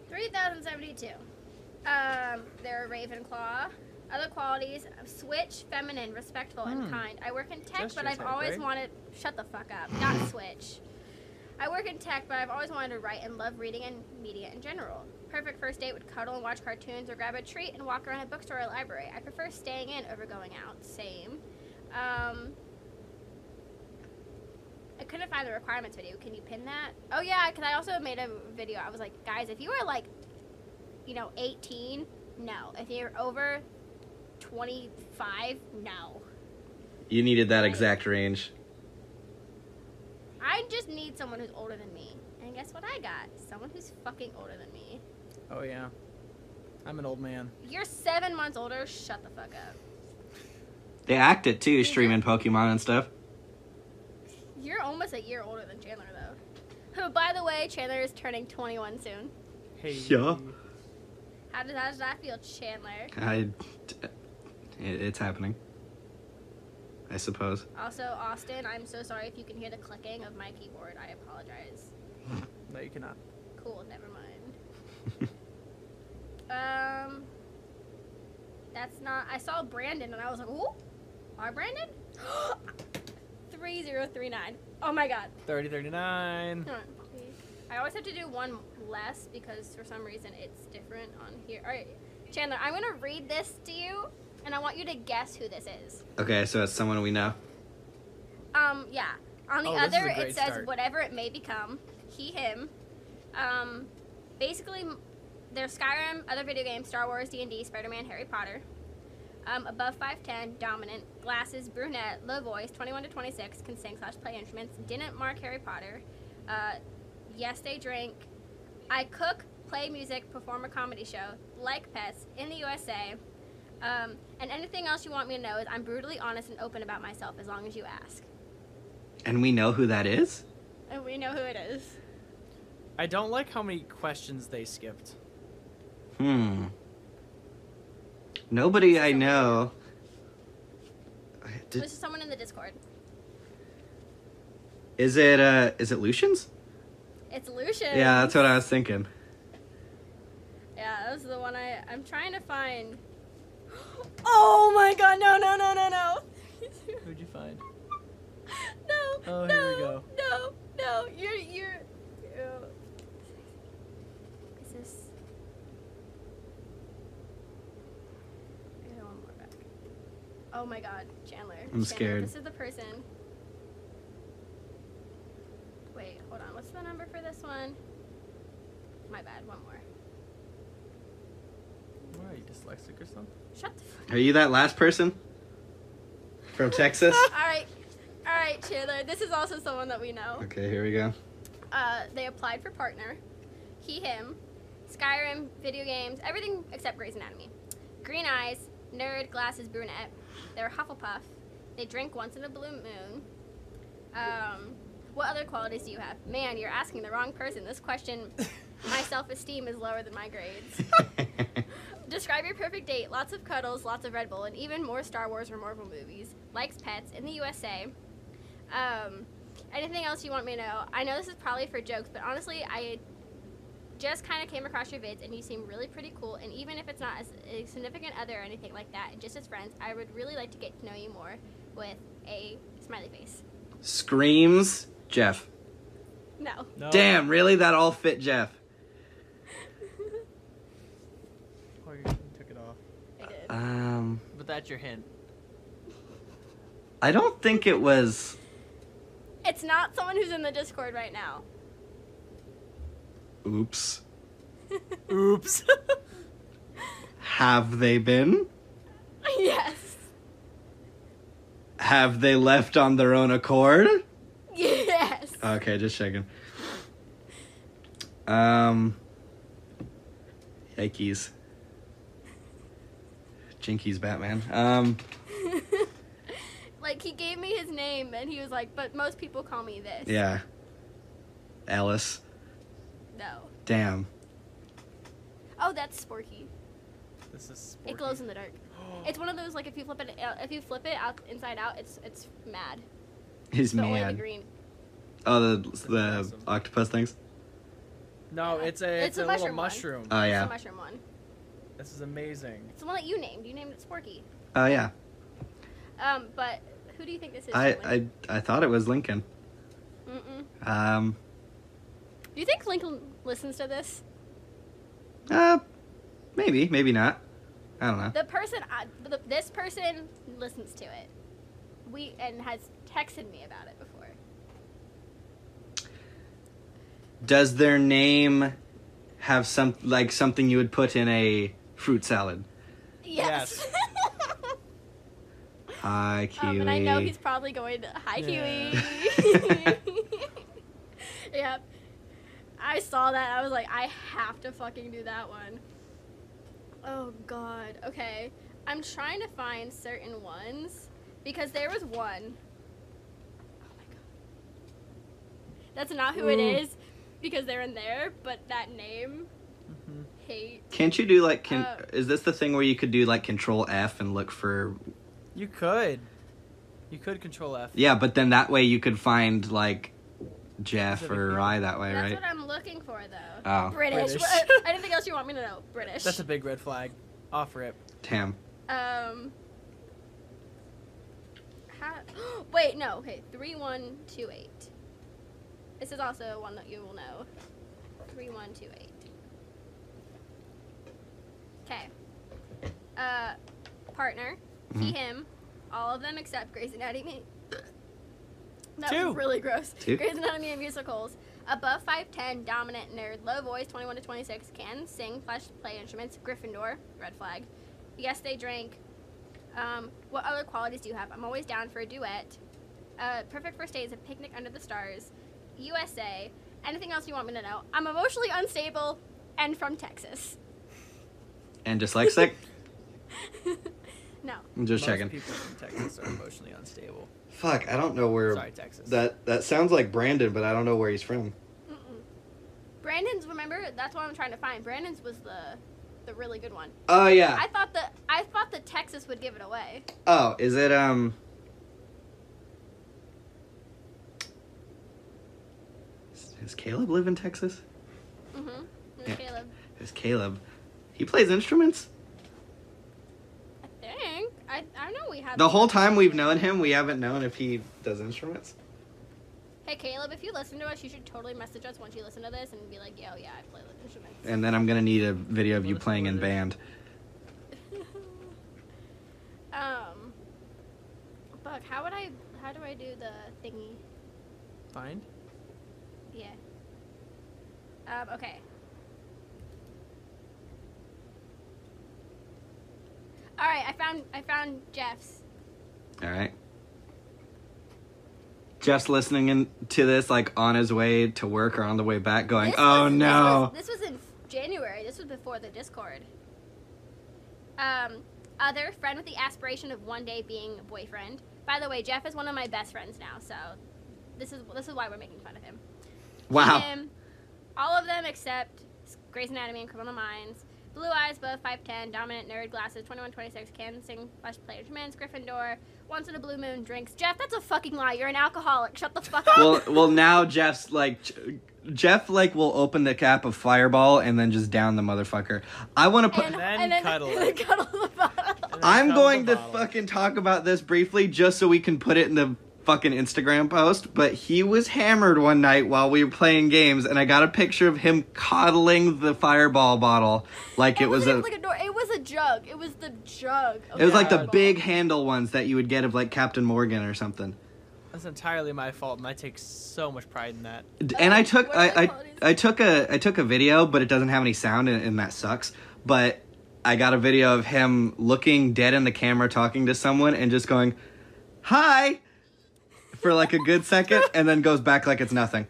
Speaker 1: 3072. Um, they're a Ravenclaw. Other qualities switch, feminine, respectful, and
Speaker 3: Hmm.
Speaker 1: kind. I work in tech,
Speaker 3: Just
Speaker 1: but
Speaker 3: your
Speaker 1: I've
Speaker 3: type,
Speaker 1: always
Speaker 3: right?
Speaker 1: wanted. Shut the fuck up. Not switch. I work in tech, but I've always wanted to write and love reading and media in general. Perfect first date would cuddle and watch cartoons or grab a treat and walk around a bookstore or library. I prefer staying in over going out. Same. Um, I couldn't find the requirements video. Can you pin that? Oh yeah, because I also made a video. I was like, guys, if you are like, you know, 18, no. If you're over 25, no.
Speaker 2: You needed that exact range.
Speaker 1: I just need someone who's older than me. And guess what I got? Someone who's fucking older than me.
Speaker 3: Oh yeah. I'm an old man.
Speaker 1: You're seven months older. Shut the fuck up.
Speaker 2: They act it too, streaming Pokemon and stuff.
Speaker 1: You're almost a year older than Chandler though. Who, by the way, Chandler is turning 21 soon.
Speaker 3: Hey.
Speaker 2: Yeah.
Speaker 1: How does, how does that feel, Chandler?
Speaker 2: I. It, it's happening. I suppose.
Speaker 1: Also, Austin, I'm so sorry if you can hear the clicking of my keyboard. I apologize.
Speaker 3: No, you cannot.
Speaker 1: Cool, never mind. um, that's not. I saw Brandon and I was like, ooh, our Brandon? 3039. Oh my god.
Speaker 3: 3039.
Speaker 1: Hold on, please. I always have to do one less because for some reason it's different on here. All right, Chandler, I'm gonna read this to you, and I want you to guess who this is.
Speaker 2: Okay, so it's someone we know.
Speaker 1: Um, yeah. On the
Speaker 3: Oh, this is a
Speaker 1: other, it
Speaker 3: great
Speaker 1: says
Speaker 3: start.
Speaker 1: whatever it may become, he, him. Um, basically, m- there's Skyrim, other video games, Star Wars, D and D, Spider Man, Harry Potter. Um, above five ten, dominant, glasses, brunette, low voice, twenty one to twenty six, can sing slash play instruments. Didn't mark Harry Potter. Uh, yes, they drink. I cook, play music, perform a comedy show, like pets in the USA. Um, and anything else you want me to know is I'm brutally honest and open about myself as long as you ask.
Speaker 2: And we know who that is?
Speaker 1: And we know who it is.
Speaker 3: I don't like how many questions they skipped.
Speaker 2: Hmm. Nobody I know. I- did-
Speaker 1: this is someone in the Discord.
Speaker 2: Is it uh is it Lucian's?
Speaker 1: It's Lucian.
Speaker 2: Yeah, that's what I was thinking.
Speaker 1: Yeah, that was the one I. I'm trying to find. Oh my god! No! No! No! No! No!
Speaker 3: Who'd you find?
Speaker 1: no!
Speaker 3: Oh,
Speaker 1: no!
Speaker 3: here we go.
Speaker 1: No! No! You're you're. ew. Is this? I got one more back. Oh my god, Chandler. Chandler,
Speaker 2: scared.
Speaker 1: This is the person. Wait, hold on. What's the number for this one? My bad. One more.
Speaker 3: What are you dyslexic or something?
Speaker 1: Shut the fuck.
Speaker 2: Are you that last person? From Texas?
Speaker 1: All right, all right, Chandler. This is also someone that we know.
Speaker 2: okay, here we go.
Speaker 1: Uh, they applied for partner. He, him, Skyrim, video games, everything except Grey's Anatomy. Green eyes, nerd, glasses, brunette. They're Hufflepuff. They drink once in a blue moon. Um, what other qualities do you have? Man, you're asking the wrong person this question. my self esteem is lower than my grades. Describe your perfect date. Lots of cuddles, lots of Red Bull, and even more Star Wars or Marvel movies. Likes pets in the USA. Um, anything else you want me to know? I know this is probably for jokes, but honestly, I just kind of came across your vids and you seem really pretty cool. And even if it's not as a significant other or anything like that, just as friends, I would really like to get to know you more with a smiley face.
Speaker 2: Screams Jeff.
Speaker 1: No.
Speaker 3: No.
Speaker 2: Damn, really? That all fit Jeff.
Speaker 3: Oh, you took it off.
Speaker 1: I did.
Speaker 2: Um,
Speaker 3: But that's your hint.
Speaker 2: I don't think it was.
Speaker 1: It's not someone who's in the Discord right now.
Speaker 2: Oops.
Speaker 3: Oops.
Speaker 2: Have they been?
Speaker 1: yes.
Speaker 2: Have they left on their own accord?
Speaker 1: Yes.
Speaker 2: Okay, just checking. Um. Yikes. Jinkies, Batman. Um.
Speaker 1: like he gave me his name and he was like, but most people call me this.
Speaker 2: Yeah. Alice.
Speaker 1: No.
Speaker 2: Damn.
Speaker 1: Oh, that's Sporky.
Speaker 3: this is.
Speaker 1: It glows in the dark.
Speaker 3: Oh.
Speaker 1: It's one of those like if you flip it out- if you flip it out inside out, it's it's mad.
Speaker 2: He's
Speaker 1: But only the
Speaker 2: mad.
Speaker 1: green.
Speaker 2: Oh, the the
Speaker 3: awesome.
Speaker 2: octopus things.
Speaker 3: No, it's a
Speaker 1: It's
Speaker 3: it's,
Speaker 1: a
Speaker 3: a, little
Speaker 1: mushroom one.
Speaker 2: Oh
Speaker 3: mushroom.
Speaker 1: It's the
Speaker 2: yeah.
Speaker 1: mushroom one.
Speaker 3: This is amazing.
Speaker 1: It's the one that you named. You named it Sporky.
Speaker 2: Oh yeah.
Speaker 1: Um, but who do you think this is?
Speaker 2: I
Speaker 1: Dylan?
Speaker 2: I I thought it was Lincoln.
Speaker 1: Mm-mm.
Speaker 2: Um.
Speaker 1: Do you think Lincoln listens to this?
Speaker 2: Uh. Maybe. Maybe not. I don't know.
Speaker 1: The person, I, the, this person listens to it. We and has texted me about it before.
Speaker 2: Does their name have some like something you would put in a fruit salad?
Speaker 1: Yes.
Speaker 2: Hi, Kiwi.
Speaker 1: um, and I know he's probably going to hi
Speaker 3: Yeah.
Speaker 1: Huey. yep. I saw that. I was like, I have to fucking do that one. Oh god. Okay. I'm trying to find certain ones because there was one. Oh my god. That's not who it
Speaker 3: Ooh.
Speaker 1: is because they're in there, but that name.
Speaker 3: Mm-hmm.
Speaker 1: Hate.
Speaker 2: Can't you do like? Can
Speaker 1: Uh,
Speaker 2: is this the thing where you could do like Control F and look for?
Speaker 3: You could. You could control F.
Speaker 2: Yeah, but then that way you could find like Jeff
Speaker 3: Specific
Speaker 2: or
Speaker 3: people.
Speaker 2: Rye that way,
Speaker 1: That's
Speaker 2: right?
Speaker 1: what I'm looking for though.
Speaker 2: Oh,
Speaker 1: British.
Speaker 3: British.
Speaker 1: What- Anything else you want me to know? British.
Speaker 3: That's a big red flag. Off rip.
Speaker 2: damn.
Speaker 1: Um. How, wait, no. Okay, three one two eight. This is also one that you will know. Three one two eight. Okay. Uh, partner, he him, all of them except Grey's Anatomy. That
Speaker 3: Two.
Speaker 1: was really gross.
Speaker 2: Two.
Speaker 1: Grey's Anatomy and musicals. Above 5'10, dominant nerd, low voice, 21 to 26, can sing, flash, play instruments, Gryffindor, red flag. Yes, they drink. Um, what other qualities do you have? I'm always down for a duet. Uh, perfect first date is a picnic under the stars. USA. Anything else you want me to know? I'm emotionally unstable and from Texas.
Speaker 2: And dyslexic.
Speaker 1: no.
Speaker 2: I'm just
Speaker 3: Most
Speaker 2: checking.
Speaker 3: people from Texas are emotionally unstable.
Speaker 2: Fuck, I don't know where
Speaker 3: Sorry, Texas.
Speaker 2: that that sounds like Brandon, but I don't know where he's from.
Speaker 1: Mm-mm. Brandon's. Remember, that's what I'm trying to find. Brandon's was the, the really good one.
Speaker 2: Oh yeah.
Speaker 1: I thought the I thought the Texas would give it away.
Speaker 2: Oh, is it um? Does Caleb live in Texas?
Speaker 1: Mm-hmm.
Speaker 2: Yeah.
Speaker 1: Caleb,
Speaker 2: There's Caleb. He plays instruments.
Speaker 1: I think I I know we had
Speaker 2: The whole time we've known him, we haven't known if he does instruments.
Speaker 1: Hey Caleb, if you listen to us, you should totally message us once you listen to this and be like, yo, yeah, I play the instruments.
Speaker 2: And then I'm gonna need a video of you
Speaker 3: What is-
Speaker 2: playing in
Speaker 3: what is-
Speaker 2: band.
Speaker 1: um, Buck, how would I? How do I do the thingy?
Speaker 3: Find.
Speaker 1: Yeah. Um. Okay. All right, I found I found Jeff's.
Speaker 2: All right. Jeff's listening in to this like on his way to work or on the way back, going,
Speaker 1: This
Speaker 2: "Oh
Speaker 1: was- this
Speaker 2: no!"
Speaker 1: was- This was, in January. This was before the Discord. Um, other friend with the aspiration of one day being boyfriend. By the way, Jeff is one of my best friends now, so this is this is why we're making fun of him.
Speaker 2: Wow.
Speaker 1: Him, all of them except Grey's Anatomy and Criminal Minds. Blue eyes, above 5'10, dominant nerd, glasses, 2126, can sing, plush player, man's Gryffindor, once in a blue moon, drinks. Jeff, that's a fucking lie. You're an alcoholic. Shut the fuck up.
Speaker 2: well, well, now Jeff's like, Jeff like will open the cap of Fireball and then just down the motherfucker. I want to put.
Speaker 1: and,
Speaker 3: Then
Speaker 1: and then
Speaker 3: cuddle
Speaker 1: and then
Speaker 3: it.
Speaker 1: cuddle the bottle.
Speaker 2: I'm
Speaker 3: Cuddle the
Speaker 2: going to
Speaker 3: bottle.
Speaker 2: fucking talk about this briefly just so we can put it in the fucking Instagram post. But he was hammered one night while we were playing games, and I got a picture of him coddling the Fireball bottle like it, was
Speaker 1: wasn't
Speaker 2: a.
Speaker 1: even like a door. It was a jug. It was the jug. of
Speaker 2: it was like the
Speaker 1: Fireball.
Speaker 2: big handle ones that you would get of like Captain Morgan or something.
Speaker 3: That's entirely my fault, and I take so much pride in that.
Speaker 2: D- and I took
Speaker 1: what are
Speaker 2: I,
Speaker 1: the
Speaker 2: I
Speaker 1: qualities?
Speaker 2: I took a I took a video, but it doesn't have any sound, and, and that sucks. But I got a video of him looking dead in the camera, talking to someone, and just going, "Hi," for like a good second, and then goes back like it's nothing.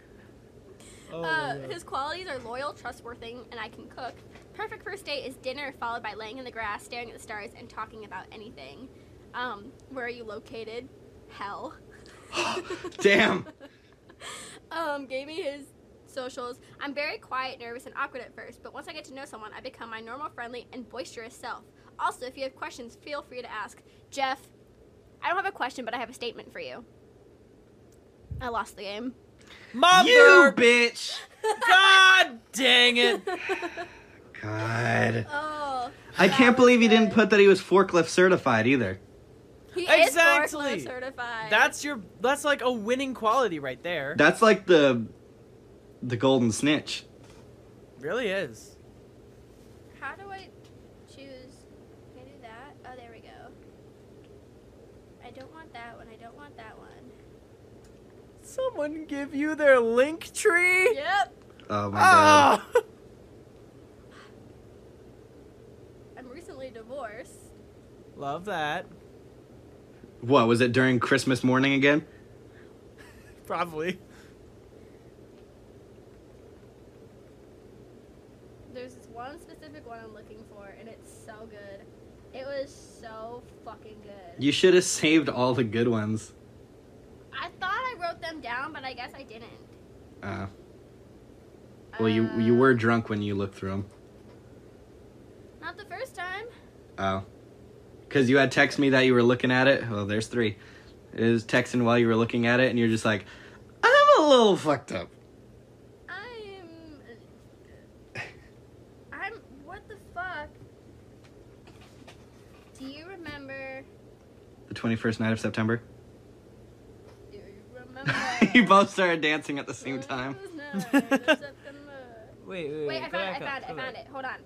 Speaker 3: Oh,
Speaker 1: Uh, his qualities are loyal, trustworthy, and I can cook. Perfect first date is dinner followed by laying in the grass, staring at the stars, and talking about anything. Um, where are you located? Hell.
Speaker 2: Damn.
Speaker 1: Um, gave me his socials. I'm very quiet, nervous, and awkward at first, but once I get to know someone, I become my normal, friendly, and boisterous self. Also, if you have questions, feel free to ask. Jeff, I don't have a question, but I have a statement for you. I lost the game.
Speaker 3: Mother,
Speaker 2: you bitch.
Speaker 3: God dang it!
Speaker 2: God.
Speaker 1: Oh.
Speaker 2: I
Speaker 1: that
Speaker 2: can't
Speaker 1: was
Speaker 2: believe he didn't
Speaker 1: good.
Speaker 2: put that he was forklift certified either.
Speaker 1: He
Speaker 3: Exactly.
Speaker 1: is forklift certified.
Speaker 3: That's your. That's like a winning quality right there.
Speaker 2: That's like the the golden snitch.
Speaker 3: really is.
Speaker 1: How do I choose? Can I do that? Oh, there we go. I don't want that one. I don't want that one.
Speaker 3: Someone give you their link tree.
Speaker 1: Yep.
Speaker 2: Oh my
Speaker 1: Ah!
Speaker 2: god.
Speaker 3: Oh.
Speaker 1: I'm recently divorced.
Speaker 3: Love that.
Speaker 2: What was it during Christmas morning again?
Speaker 3: Probably.
Speaker 1: There's this one specific one I'm looking for, and it's so good. It was so fucking good.
Speaker 2: You should have saved all the good ones.
Speaker 1: I thought I wrote them down, but I guess I didn't.
Speaker 2: Uh, well, you you
Speaker 1: Uh,
Speaker 2: were drunk when you looked through them.
Speaker 1: Not the first time.
Speaker 2: Oh, because you had text me that you were looking at it. Well, there's three. It was texting while you were looking at it, and you're just like, I'm a little fucked up.
Speaker 1: I'm. I'm. What the fuck? Do you remember?
Speaker 2: The 21st night of September.
Speaker 1: Do you remember?
Speaker 2: you both started dancing at the same time.
Speaker 3: Wait, wait,
Speaker 1: Wait, I
Speaker 3: go
Speaker 1: found
Speaker 3: back
Speaker 1: it. I
Speaker 3: up,
Speaker 1: found it. I
Speaker 3: go back.
Speaker 1: found it. Hold on.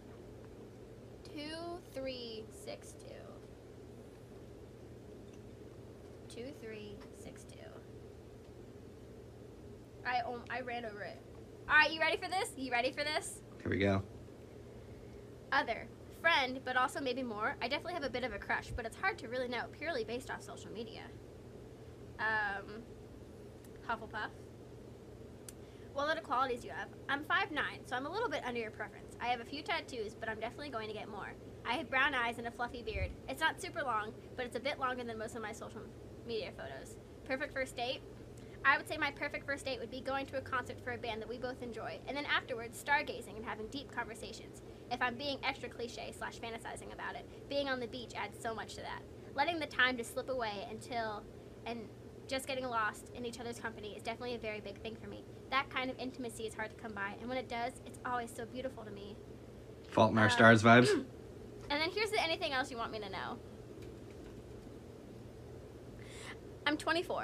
Speaker 1: Two, three, six, two. Two, three, six, two. I um, I ran over it. All right, you ready for this? You ready for this?
Speaker 2: Here we go.
Speaker 1: other friend but also maybe more i definitely have a bit of a crush but it's hard to really know purely based off social media um hufflepuff what other qualities do you have i'm 5'9 so i'm a little bit under your preference i have a few tattoos but i'm definitely going to get more i have brown eyes and a fluffy beard it's not super long but it's a bit longer than most of my social media photos perfect first date I would say my perfect first date would be going to a concert for a band that we both enjoy, and then afterwards stargazing and having deep conversations. If I'm being extra cliche slash fantasizing about it, being on the beach adds so much to that. Letting the time just slip away until and just getting lost in each other's company is definitely a very big thing for me. That kind of intimacy is hard to come by, and when it does, it's always so beautiful to me.
Speaker 2: Fault in Our
Speaker 1: Uh,
Speaker 2: Stars vibes.
Speaker 1: And then here's the anything else you want me to know. I'm 24.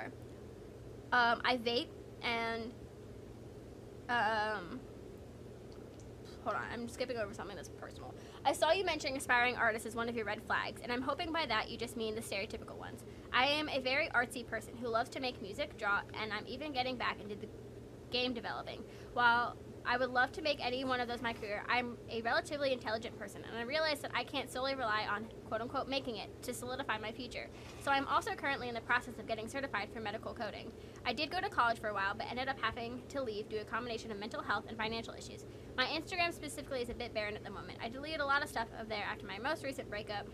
Speaker 1: Um, I vape and um, hold on, I'm skipping over something that's personal. I saw you mentioning aspiring artists as one of your red flags, and I'm hoping by that you just mean the stereotypical ones. I am a very artsy person who loves to make music, draw, and I'm even getting back into the game developing. While I would love to make any one of those my career, I'm a relatively intelligent person, and I realize that I can't solely rely on quote unquote making it to solidify my future. So I'm also currently in the process of getting certified for medical coding. I did go to college for a while, but ended up having to leave due to a combination of mental health and financial issues. My Instagram specifically is a bit barren at the moment. I deleted a lot of stuff of there after my most recent breakup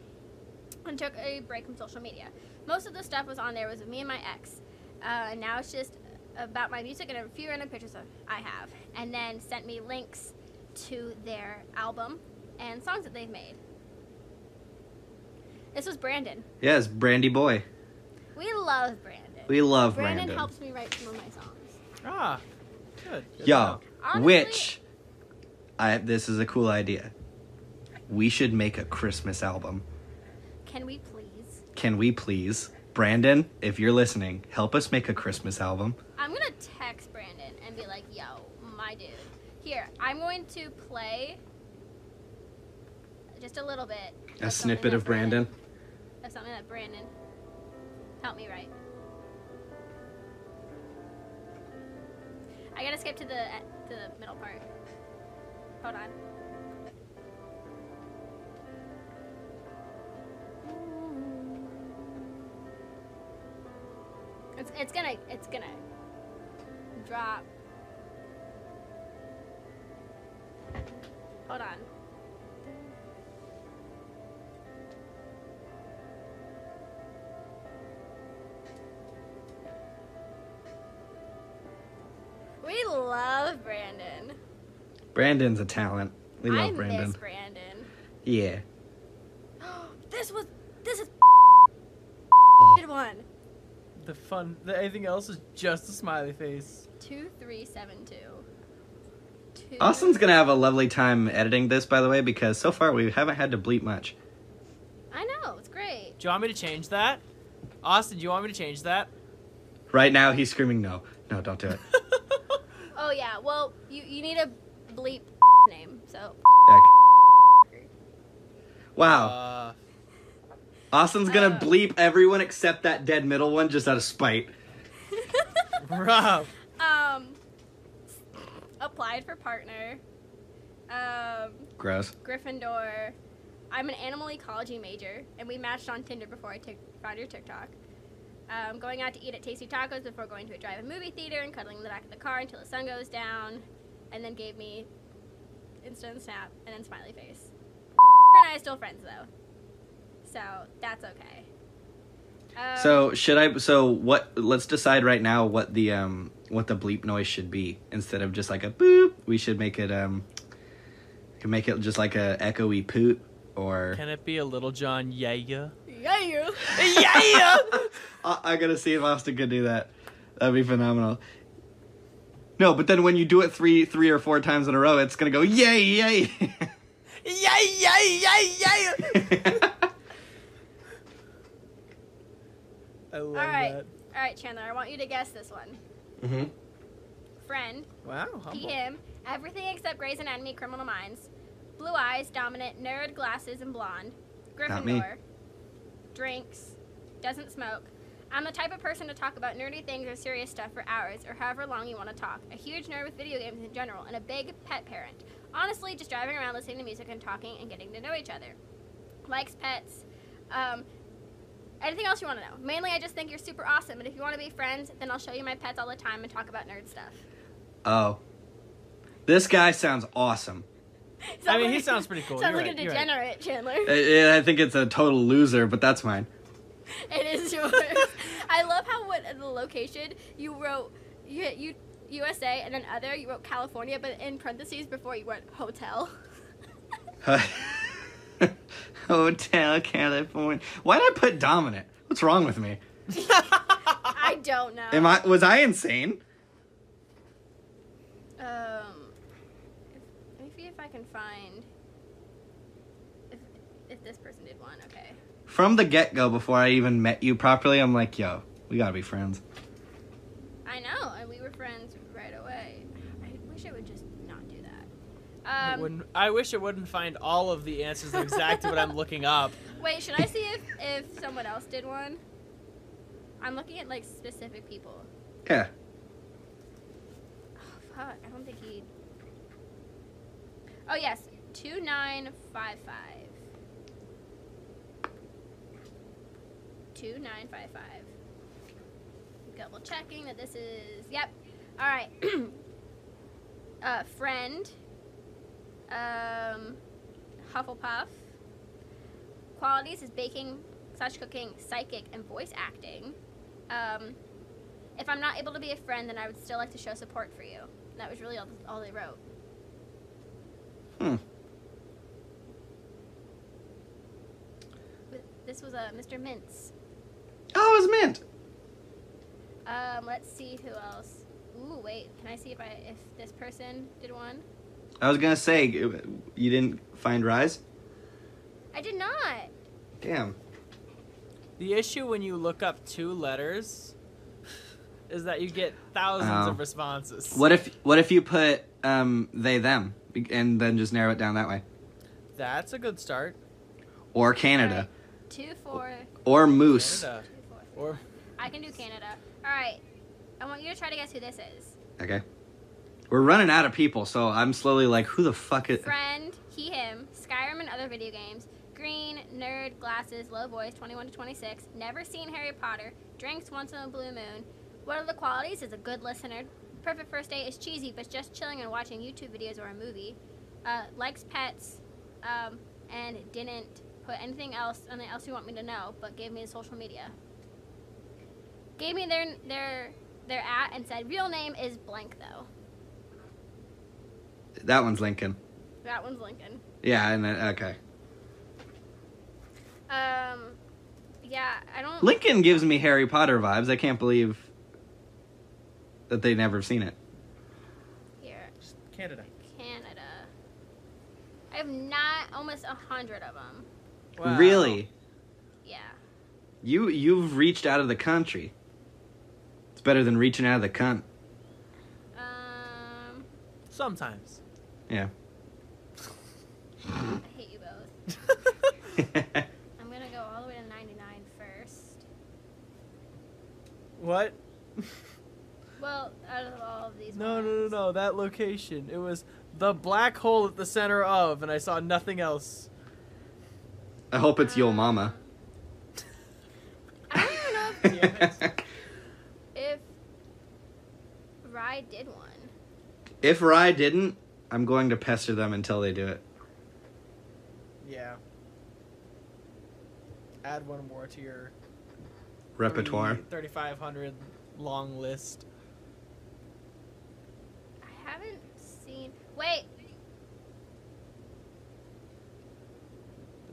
Speaker 1: and took a break from social media. Most of the stuff was on there was of me and my ex, uh, and now it's just about my music and a few random pictures of I have, and then sent me links to their album and songs that they've made. This was Brandon.
Speaker 2: Yes, Brandy boy.
Speaker 1: We love Brandon.
Speaker 2: We love
Speaker 1: Brandon,
Speaker 2: Brandon.
Speaker 1: helps me write some of my songs.
Speaker 3: Ah, good.
Speaker 2: Yo,
Speaker 3: good job.
Speaker 1: Honestly-
Speaker 2: which I this is a cool idea. We should make a Christmas album.
Speaker 1: Can we please?
Speaker 2: Can we please, Brandon, if you're listening, help us make a Christmas album?
Speaker 1: I'm gonna text Brandon and be like, "Yo, my dude, here. I'm going to play just a little bit. of
Speaker 2: A
Speaker 1: something
Speaker 2: snippet
Speaker 1: that
Speaker 2: of Brandon.
Speaker 1: Of something that Brandon help me write. I gotta skip to the to the middle part. Hold on. It's, it's gonna it's gonna drop. Hold on. We love Brandon.
Speaker 2: Brandon's a talent. We
Speaker 1: I
Speaker 2: love Brandon.
Speaker 1: miss Brandon.
Speaker 2: Yeah.
Speaker 1: this was this is
Speaker 2: Oh,
Speaker 1: did one
Speaker 3: The fun. The, anything else is just a smiley face.
Speaker 1: two three seven two. two
Speaker 2: Austin's gonna have a lovely time editing this, by the way, because so far we haven't had to bleep much.
Speaker 1: I know it's great.
Speaker 3: Do you want me to change that? Austin, do you want me to change that?
Speaker 2: Right now, he's screaming, "No, no, don't do it!"
Speaker 1: Oh yeah. Well, you you need a bleep name. So
Speaker 2: Heck. Wow,
Speaker 3: Uh,
Speaker 2: Austin's gonna
Speaker 1: uh.
Speaker 2: bleep everyone except that dead middle one just out of spite.
Speaker 3: Rob.
Speaker 1: um applied for partner. Um
Speaker 2: Gross.
Speaker 1: Gryffindor. I'm an animal ecology major, and we matched on Tinder before I took found your TikTok. Um, going out to eat at Tasty Tacos before going to a drive-in movie theater and cuddling in the back of the car until the sun goes down, and then gave me instant snap and then smiley face. and I are still friends though, so that's okay. Um,
Speaker 2: So should I? So what? Let's decide right now what the um what the bleep noise should be instead of just like a boop. We should make it um, can make it just like a echoey poot or.
Speaker 3: Can it be a little John? Yeah, yeah.
Speaker 1: yeah, you.
Speaker 3: yeah.
Speaker 2: I, I gotta see if Austin could do that. That'd be phenomenal. No, but then when you do it three, three or four times in a row, it's gonna go yay, yay.
Speaker 3: Yeah, yeah, yeah, yeah. I love
Speaker 1: All right,
Speaker 3: that.
Speaker 1: all right, Chandler. I want you to guess this one.
Speaker 2: mm-hmm.
Speaker 1: Friend.
Speaker 3: Wow. humble.
Speaker 1: PM, everything except Grey's Anatomy, Criminal Minds, Blue Eyes, Dominant, Nerd, Glasses, and Blonde,
Speaker 2: Not me.
Speaker 1: Gryffindor, Drinks, Doesn't Smoke. I'm the type of person to talk about nerdy things or serious stuff for hours or however long you want to talk. A huge nerd with video games in general and a big pet parent. Honestly, just driving around listening to music and talking and getting to know each other. Likes pets. Um, anything else you want to know? Mainly, I just think you're super awesome, but if you want to be friends, then I'll show you my pets all the time and talk about nerd stuff.
Speaker 2: Oh, this guy sounds awesome.
Speaker 3: I mean, he sounds pretty cool.
Speaker 1: Sounds
Speaker 3: You're
Speaker 1: like
Speaker 3: right,
Speaker 1: a
Speaker 3: you're right.
Speaker 1: degenerate, Chandler.
Speaker 2: I, I- I think it's a total loser, but that's mine.
Speaker 1: It is yours. I love how what the location you wrote you, you USA and then other you wrote California, but in parentheses before you went hotel.
Speaker 2: Hotel California. Why did I put dominant? What's wrong with me?
Speaker 1: I don't know.
Speaker 2: Am I was I insane?
Speaker 1: Um, if, let me see if I can find if if this person did one. Okay.
Speaker 2: From the get go, before I even met you properly, I'm like, yo, we gotta be friends.
Speaker 1: I know, and we were friends right away. I wish it would just not do that.
Speaker 3: I
Speaker 1: Um,
Speaker 3: wouldn't- I wish it wouldn't find all of the answers that are exactly what I'm looking up.
Speaker 1: Wait, should I see if if someone else did one? I'm looking at like specific people.
Speaker 2: Yeah.
Speaker 1: Oh fuck, I don't think he. Oh yes, two nine five five. Two nine five five. Double checking that this is yep. All right. uh, friend. Um, Hufflepuff. Qualities is baking, slash cooking, psychic, and voice acting. Um, if I'm not able to be a friend, then I would still like to show support for you. And that was really all, all they wrote.
Speaker 2: Hmm.
Speaker 1: But This was uh, Mr. Mintz.
Speaker 2: Oh, it was mint.
Speaker 1: Um, let's see who else. Ooh, wait. Can I see if I if this person did one?
Speaker 2: I was gonna say you didn't find Rise.
Speaker 1: I did not.
Speaker 2: Damn.
Speaker 3: The issue when you look up two letters is that you get thousands
Speaker 2: Oh.
Speaker 3: of responses.
Speaker 2: What if what if you put um they them and then just narrow it down that way?
Speaker 3: That's a good start.
Speaker 2: Or Canada.
Speaker 1: Alright, Two, four,
Speaker 2: Or Moose.
Speaker 3: Canada.
Speaker 1: two, four.
Speaker 3: Or
Speaker 1: I can do Canada. All right. I want you to try to guess who this is.
Speaker 2: Okay. We're running out of people, so I'm slowly like, who the fuck is?
Speaker 1: Friend, he, him, Skyrim and other video games, green, nerd, glasses, low voice, 21 to 26, never seen Harry Potter, drinks once in a blue moon. One of the qualities is a good listener. Perfect first date is cheesy, but just chilling and watching YouTube videos or a movie. Uh, likes pets, um, and didn't put anything else, anything else you want me to know, but gave me his social media. Gave me their their their at and said real name is blank though.
Speaker 2: That one's Lincoln.
Speaker 1: That one's Lincoln.
Speaker 2: Yeah, and then okay.
Speaker 1: Um, yeah, I don't.
Speaker 2: Lincoln gives me Harry Potter vibes. I can't believe that they never have seen it.
Speaker 1: Here,
Speaker 3: Just Canada.
Speaker 1: Canada. I have not almost a hundred of them.
Speaker 3: Wow.
Speaker 2: Really?
Speaker 1: Yeah.
Speaker 2: You you've reached out of the country. It's better than reaching out of the cunt.
Speaker 1: Um,
Speaker 3: Sometimes.
Speaker 2: Yeah.
Speaker 1: I hate you both. I'm gonna go all the way to 99 first.
Speaker 3: what?
Speaker 1: Well, out of all of these.
Speaker 3: No, no, no,
Speaker 1: ones.
Speaker 3: no. That location. It was the black hole at the center of, and I saw nothing else.
Speaker 2: I hope it's Yo Mama.
Speaker 1: Um, I don't even know if, if Rye did one.
Speaker 2: if Rye didn't, I'm going to pester them until they do it.
Speaker 3: Yeah. Add one more to your
Speaker 2: Repertoire.
Speaker 3: 3,500 long list.
Speaker 1: I haven't seen. Wait,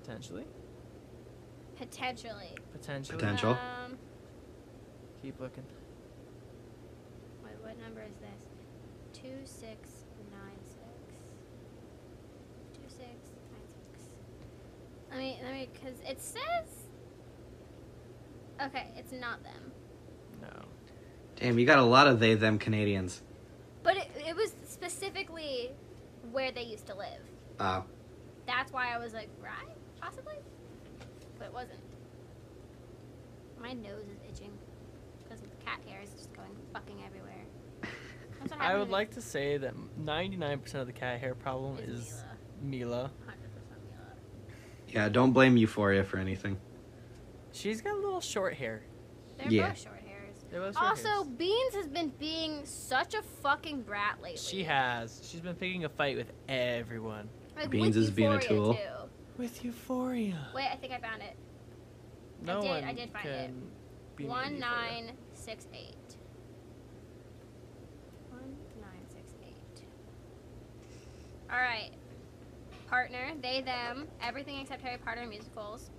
Speaker 3: Potentially.
Speaker 1: potentially.
Speaker 3: Potentially.
Speaker 2: Potent- Potential.
Speaker 1: Um,
Speaker 3: Keep looking.
Speaker 1: Wait, what number is this? Two six nine six. Two six nine six. Let me let me because it says. Okay, it's not them,
Speaker 3: No.
Speaker 2: Damn, you got a lot of they them Canadians.
Speaker 1: but it, it was specifically where they used to live.
Speaker 2: Oh.
Speaker 1: That's why I was like, right, possibly, but it wasn't. My nose is itching because cat hair is just going fucking everywhere. That's what
Speaker 3: I
Speaker 1: happened
Speaker 3: would like to say that 99% of the cat hair problem
Speaker 1: to
Speaker 3: is
Speaker 1: Mila. 100%
Speaker 3: Mila.
Speaker 1: Mila.
Speaker 2: Yeah, don't blame Euphoria for anything.
Speaker 3: She's got a little short hair.
Speaker 1: They're
Speaker 2: Yeah.
Speaker 1: both short hairs.
Speaker 3: They're both short
Speaker 1: Also,
Speaker 3: hairs.
Speaker 1: Beans has been being such a fucking brat lately.
Speaker 3: she has. She's been picking a fight with everyone.
Speaker 1: Like,
Speaker 2: Beans
Speaker 1: with
Speaker 2: is being a
Speaker 1: Euphoria,
Speaker 2: tool.
Speaker 1: too.
Speaker 3: With euphoria.
Speaker 1: Wait, I think I found it.
Speaker 3: No
Speaker 1: did- I
Speaker 3: one
Speaker 1: did find it.
Speaker 3: can beat me with
Speaker 1: One
Speaker 3: Euphoria.
Speaker 1: nine six eight. One nine six eight. All right. Partner, they, them, everything except Harry Potter musicals.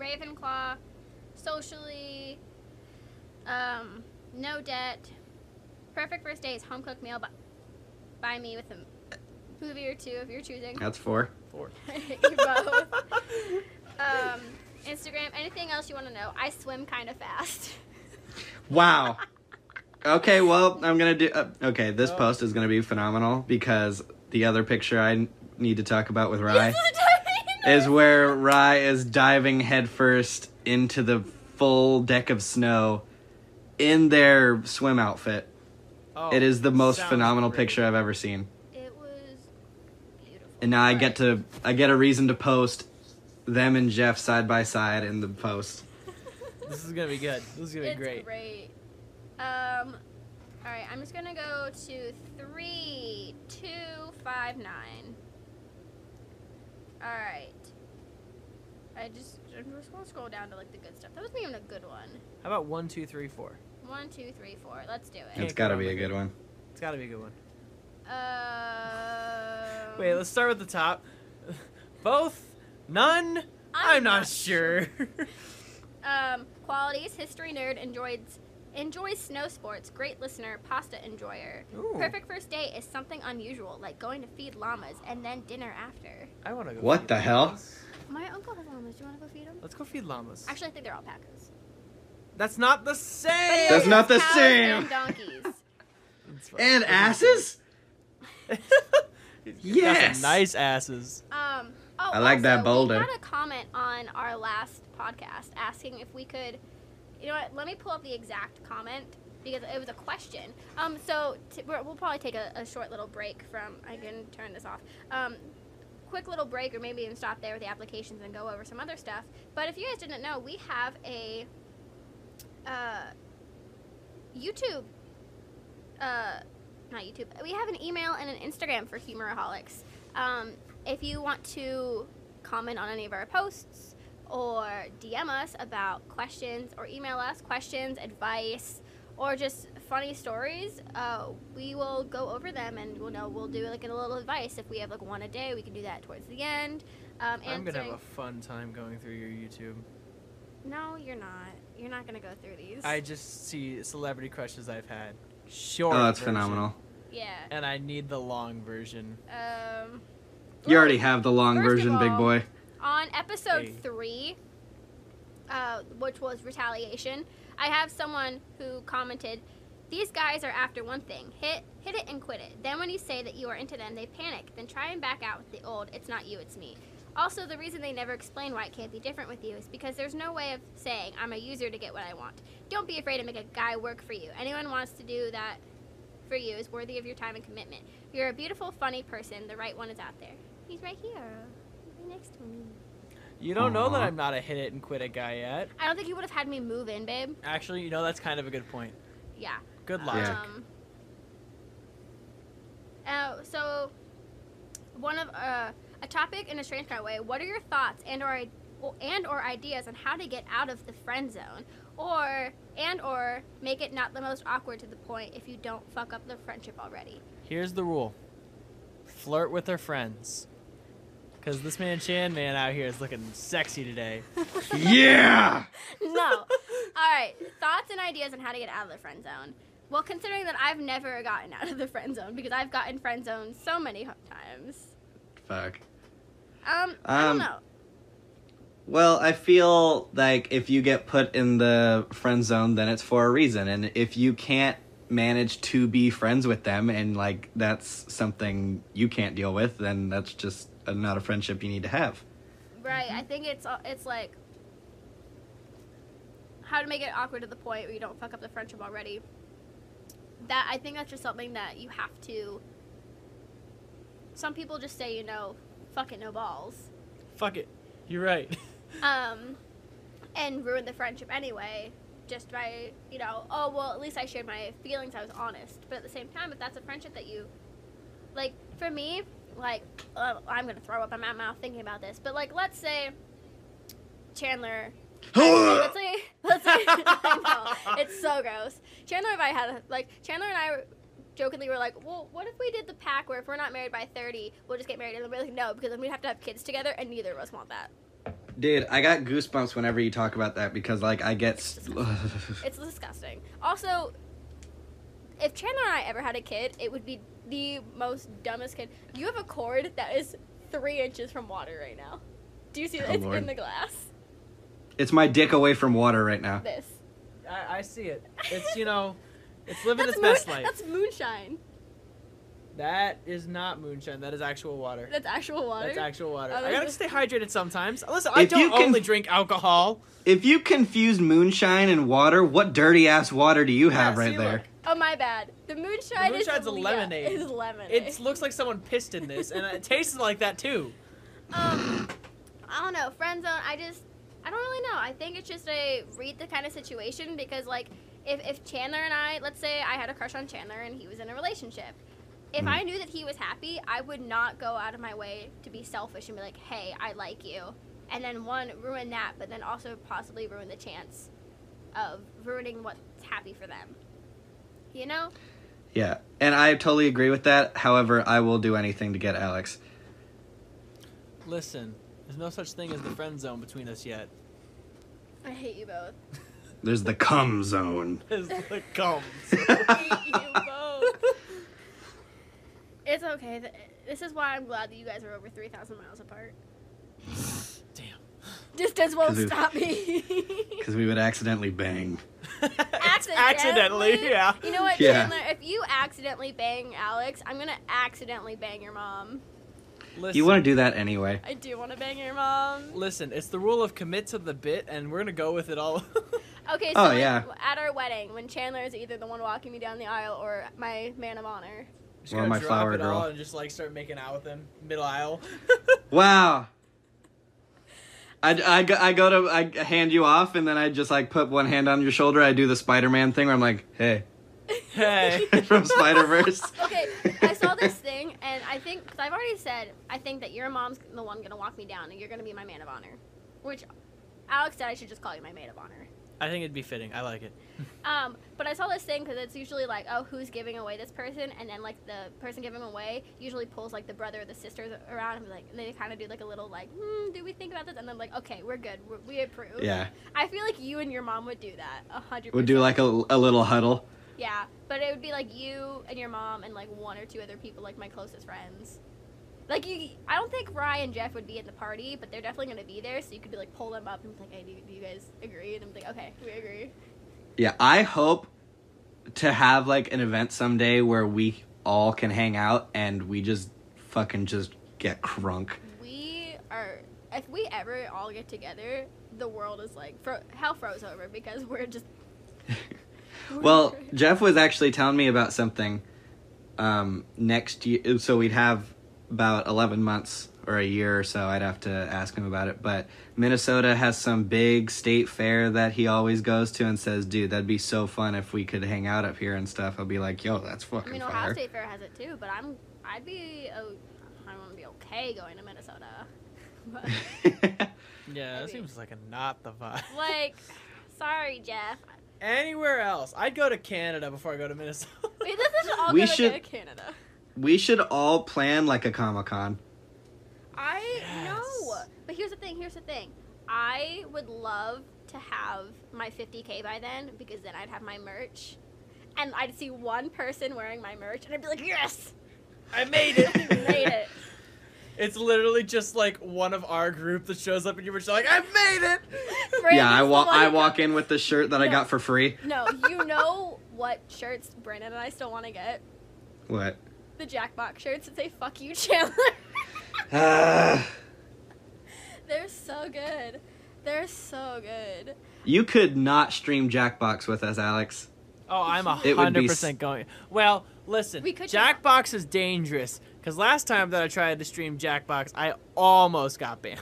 Speaker 1: Ravenclaw, socially, um, no debt. Perfect first day is home cooked meal by, by me with a movie or two if you're choosing.
Speaker 2: That's four.
Speaker 3: Four.
Speaker 1: You both. um, Instagram, anything else you want to know? I swim kind of fast.
Speaker 2: Wow. Okay, well, I'm gonna do. Uh, okay, this
Speaker 3: Oh.
Speaker 2: post is gonna be phenomenal because the other picture I n- need to talk about with Rye
Speaker 1: This is what I mean.
Speaker 2: is where Rye is diving headfirst into the full deck of snow in their swim outfit.
Speaker 3: Oh,
Speaker 2: It is the most
Speaker 3: sounds
Speaker 2: phenomenal
Speaker 3: great.
Speaker 2: picture I've ever seen.
Speaker 1: It was beautiful.
Speaker 2: And now I get
Speaker 1: Alright.
Speaker 2: to I get a reason to post them and Jeff side by side in the post.
Speaker 3: This is gonna be good. This is gonna be
Speaker 1: It's
Speaker 3: great.
Speaker 1: great. Um, all right, I'm just gonna go to three, two, five, nine. All right. I just I'm just gonna scroll down to like the good stuff. That wasn't even a good one.
Speaker 3: How about one, two, three, four?
Speaker 1: One, two, three, four. Let's do it.
Speaker 2: It's gotta be a good one.
Speaker 3: It's got to be a good one.
Speaker 1: Um,
Speaker 3: Wait, let's start with the top. Both, none. I'm, not, sure.
Speaker 1: Um, qualities: history nerd enjoys enjoys snow sports. Great listener, pasta enjoyer.
Speaker 3: Ooh,
Speaker 1: Perfect first date is something unusual, like going to feed llamas and then dinner after.
Speaker 3: I want to go.
Speaker 2: What
Speaker 3: feed
Speaker 2: the hell?
Speaker 3: llamas.
Speaker 1: My uncle has llamas. Do you want to go feed them?
Speaker 3: Let's go feed llamas.
Speaker 1: Actually, I think they're alpacas.
Speaker 3: that's not the same.
Speaker 1: But he
Speaker 2: That's
Speaker 1: has
Speaker 2: not the
Speaker 1: cows
Speaker 2: same.
Speaker 1: And donkeys.
Speaker 3: That's fine.
Speaker 2: And asses?
Speaker 3: Got
Speaker 2: Yes.
Speaker 3: some nice asses.
Speaker 1: Um, oh,
Speaker 2: I like that
Speaker 1: also,
Speaker 2: boulder.
Speaker 1: We got a comment on our last podcast asking if we could. You know what? Let me pull up the exact comment because it was a question. Um, so t- we're, we'll probably take a, a short little break from. I can turn this off. Um, quick little break, or maybe even stop there with the applications and go over some other stuff. But if you guys didn't know, we have a uh, YouTube. Uh, not YouTube. We have an email and an Instagram for Humoraholics. Um, if you want to comment on any of our posts or DM us about questions or email us questions, advice, or just funny stories, uh, we will go over them and we'll know we'll do like a little advice. If we have like one a day, we can do that towards the end. Um,
Speaker 3: I'm gonna have
Speaker 1: answering-
Speaker 3: a fun time going through your YouTube.
Speaker 1: no, you're not. You're not gonna go through these.
Speaker 3: I just see celebrity crushes I've had. Short.
Speaker 2: Oh, that's
Speaker 3: version,
Speaker 2: phenomenal.
Speaker 1: yeah.
Speaker 3: And I need the long version.
Speaker 1: Um,
Speaker 2: You already have the long
Speaker 1: First of
Speaker 2: version, big
Speaker 1: all-
Speaker 2: boy.
Speaker 1: on episode
Speaker 3: Hey.
Speaker 1: three, uh, which was retaliation, I have someone who commented, "These guys are after one thing: hit, hit it, and quit it. Then when you say that you are into them, they panic. Then try and back out with the old: it's not you, it's me." Also, the reason they never explain why it can't be different with you is because there's no way of saying I'm a user to get what I want. Don't be afraid to make a guy work for you. Anyone wants to do that for you is worthy of your time and commitment. You're a beautiful, funny person. The right one is out there. He's right here, right next to me.
Speaker 3: You don't know that
Speaker 2: Aw.
Speaker 3: I'm not a hit it and quit it guy yet.
Speaker 1: I don't think you would have had me move in, babe.
Speaker 3: Actually, you know that's kind of a good point.
Speaker 1: Yeah.
Speaker 3: Good logic.
Speaker 2: Yeah.
Speaker 1: Um, uh, so, one of uh, a topic in a strange kind of way. What are your thoughts and or and or ideas on how to get out of the friend zone, or and or make it not the most awkward to the point if you don't fuck up the friendship already?
Speaker 3: Here's the rule: flirt with her friends. Cause this man Chan man out here is looking sexy today.
Speaker 2: yeah!
Speaker 1: no. All right. Thoughts and ideas on how to get out of the friend zone. Well, considering that I've never gotten out of the friend zone because I've gotten friend zoned so many times.
Speaker 2: Fuck.
Speaker 1: Um, I don't
Speaker 2: Um,
Speaker 1: know.
Speaker 2: Well, I feel like if you get put in the friend zone, then it's for a reason. And if you can't manage to be friends with them and like that's something you can't deal with, then that's just uh, not a friendship you need to have.
Speaker 1: Right. I think it's uh, it's like how to make it awkward to the point where you don't fuck up the friendship already. That I think that's just something that you have to. Some people just say, you know, fuck it, no balls,
Speaker 3: Fuck it. You're right.
Speaker 1: um, and ruin the friendship anyway, just by you know, oh well, at least I shared my feelings, I was honest. But at the same time, if that's a friendship that you, like, for me, like, uh, I'm gonna throw up in my mouth thinking about this. But like, let's say Chandler let's say, let's say, I know, it's so gross. Chandler and I had, a, like, Chandler and I jokingly were like, well, what if we did the pack where if we're not married by 30, we'll just get married? And we're like, no, because then we'd have to have kids together, and neither of us want that.
Speaker 2: Dude, I got goosebumps whenever you talk about that because like I get s-
Speaker 1: It's disgusting. Also, if Chandler and I ever had a kid, it would be the most dumbest kid. You have a cord that is three inches from water right now. Do you see that?
Speaker 2: Oh,
Speaker 1: it's in
Speaker 2: Lord.
Speaker 1: the glass.
Speaker 2: It's my dick away from water right now.
Speaker 1: This.
Speaker 3: I, I see it. It's you know, it's living
Speaker 1: that's
Speaker 3: its best
Speaker 1: moon-
Speaker 3: life.
Speaker 1: That's moonshine.
Speaker 3: That is not moonshine. That is actual water.
Speaker 1: That's actual water.
Speaker 3: That's actual water.
Speaker 1: Oh,
Speaker 3: I gotta
Speaker 1: that's-
Speaker 3: stay hydrated sometimes. Listen, I
Speaker 2: If you
Speaker 3: don't
Speaker 2: can-
Speaker 3: only drink alcohol.
Speaker 2: If you confuse moonshine and water, what dirty ass water do you have
Speaker 3: Yeah,
Speaker 2: right
Speaker 3: see,
Speaker 2: there?
Speaker 3: look.
Speaker 1: Oh my bad. The moonshine
Speaker 3: The
Speaker 1: is
Speaker 3: moonshine's a
Speaker 1: le-
Speaker 3: lemonade.
Speaker 1: Is lemonade.
Speaker 3: It looks like someone pissed in this, and it tastes like that too.
Speaker 1: um, I don't know. Friend zone. I just, I don't really know. I think it's just a read the kind of situation because like if if Chandler and I, let's say I had a crush on Chandler and he was in a relationship. If
Speaker 2: Mhm.
Speaker 1: I knew that he was happy, I would not go out of my way to be selfish and be like, "Hey, I like you," and then one ruin that, but then also possibly ruin the chance of ruining what's happy for them. You know?
Speaker 2: Yeah, and I totally agree with that. However, I will do anything to get Alex.
Speaker 3: Listen, there's no such thing as the friend zone between us yet.
Speaker 1: I hate you both.
Speaker 2: There's the cum zone.
Speaker 3: As the comes.
Speaker 1: I hate you both. It's okay. Th- This is why I'm glad that you guys are over 3,000 miles apart.
Speaker 3: Damn.
Speaker 1: Distance won't
Speaker 2: 'Cause it-
Speaker 1: stop me.
Speaker 2: Because we would accidentally bang.
Speaker 3: Accidentally, yeah.
Speaker 1: You know what,
Speaker 2: Yeah.
Speaker 1: Chandler? If you accidentally bang Alex, I'm gonna accidentally bang your mom.
Speaker 3: Listen,
Speaker 2: You want to do that anyway.
Speaker 1: I do want to bang your mom.
Speaker 3: listen, it's the rule of commit to the bit, and we're gonna go with it all.
Speaker 1: Okay, so
Speaker 2: Oh,
Speaker 1: like,
Speaker 2: yeah.
Speaker 1: at our wedding, when Chandler is either the one walking me down the aisle or my man of honor,
Speaker 3: just
Speaker 2: Or
Speaker 3: gonna
Speaker 2: my
Speaker 3: drop
Speaker 2: flower
Speaker 3: it
Speaker 2: girl.
Speaker 3: all and just like start making out with him middle aisle.
Speaker 2: Wow. I, I, go- I go to I hand you off and then I just like put one hand on your shoulder. I do the Spider Man thing where I'm like, hey,
Speaker 3: hey.
Speaker 2: from Spider Verse.
Speaker 1: okay, I saw this thing, and I think because I've already said I think that your mom's the one gonna walk me down, and you're gonna be my man of honor, which Alex said I should just call you my maid of honor.
Speaker 3: I think it'd be fitting. I like it.
Speaker 1: Um, but I saw this thing because it's usually like, oh, who's giving away this person, and then like the person giving away usually pulls like the brother or the sisters around and be like they kind of do like a little like, hmm, do we think about this? And then like, okay, we're good, we're, we approve.
Speaker 2: Yeah.
Speaker 1: I feel like you and your mom would do that a hundred.
Speaker 2: We'll do
Speaker 1: percent.
Speaker 2: like a, a little huddle.
Speaker 1: Yeah, but it would be like you and your mom and like one or two other people, like my closest friends. Like you, I don't think Ryan and Jeff would be at the party, but they're definitely gonna be there, so you could be like pull them up and be like, hey, do, do you guys agree? And I'm like, okay, we agree.
Speaker 2: Yeah, I hope to have like an event someday where we all can hang out and we just fucking just get crunk.
Speaker 1: We are. If we ever all get together, the world is like fro- hell froze over because we're just.
Speaker 2: Well, Jeff was actually telling me about something um, next year. So we'd have about 11 months or a year or so. I'd have to ask him about it. But Minnesota has some big state fair that he always goes to and says, dude, that'd be so fun if we could hang out up here and stuff. I'll be like, yo, that's
Speaker 1: I
Speaker 2: fucking
Speaker 1: mean, Ohio
Speaker 2: fire.
Speaker 1: State Fair has it too, but I'm. I'd be. Oh, I want to be okay going to Minnesota, but
Speaker 3: Yeah, that
Speaker 1: Maybe.
Speaker 3: seems like a not the vibe.
Speaker 1: like, sorry, Jeff.
Speaker 3: Anywhere else, I'd go to Canada before I go to Minnesota.
Speaker 1: Wait, this is all
Speaker 2: We
Speaker 1: going to
Speaker 2: should-
Speaker 1: Canada.
Speaker 2: we should all plan like a Comic Con.
Speaker 1: I know,
Speaker 3: Yes.
Speaker 1: but here's the thing. Here's the thing. I would love to have my 50k by then because then I'd have my merch, and I'd see one person wearing my merch, and I'd be like, yes,
Speaker 3: I made
Speaker 1: I made
Speaker 3: it.
Speaker 1: it.
Speaker 3: it's literally just like one of our group that shows up and you're just like, I made it.
Speaker 2: yeah, I, wa-
Speaker 1: walk.
Speaker 2: I walk in with the shirt that I
Speaker 1: No.
Speaker 2: got for free.
Speaker 1: No, you know what shirts Brandon and I still want to get?
Speaker 2: What?
Speaker 1: The Jackbox shirts that say "fuck you, Chandler."
Speaker 2: Ah.
Speaker 1: They're so good. They're so good.
Speaker 2: you could not stream Jackbox with us, Alex.
Speaker 3: Oh, I'm a
Speaker 2: It would
Speaker 3: hundred
Speaker 2: be
Speaker 3: percent going. Well, listen,
Speaker 1: We could do that.
Speaker 3: Jackbox is dangerous because last time that I tried to stream Jackbox, I almost got banned.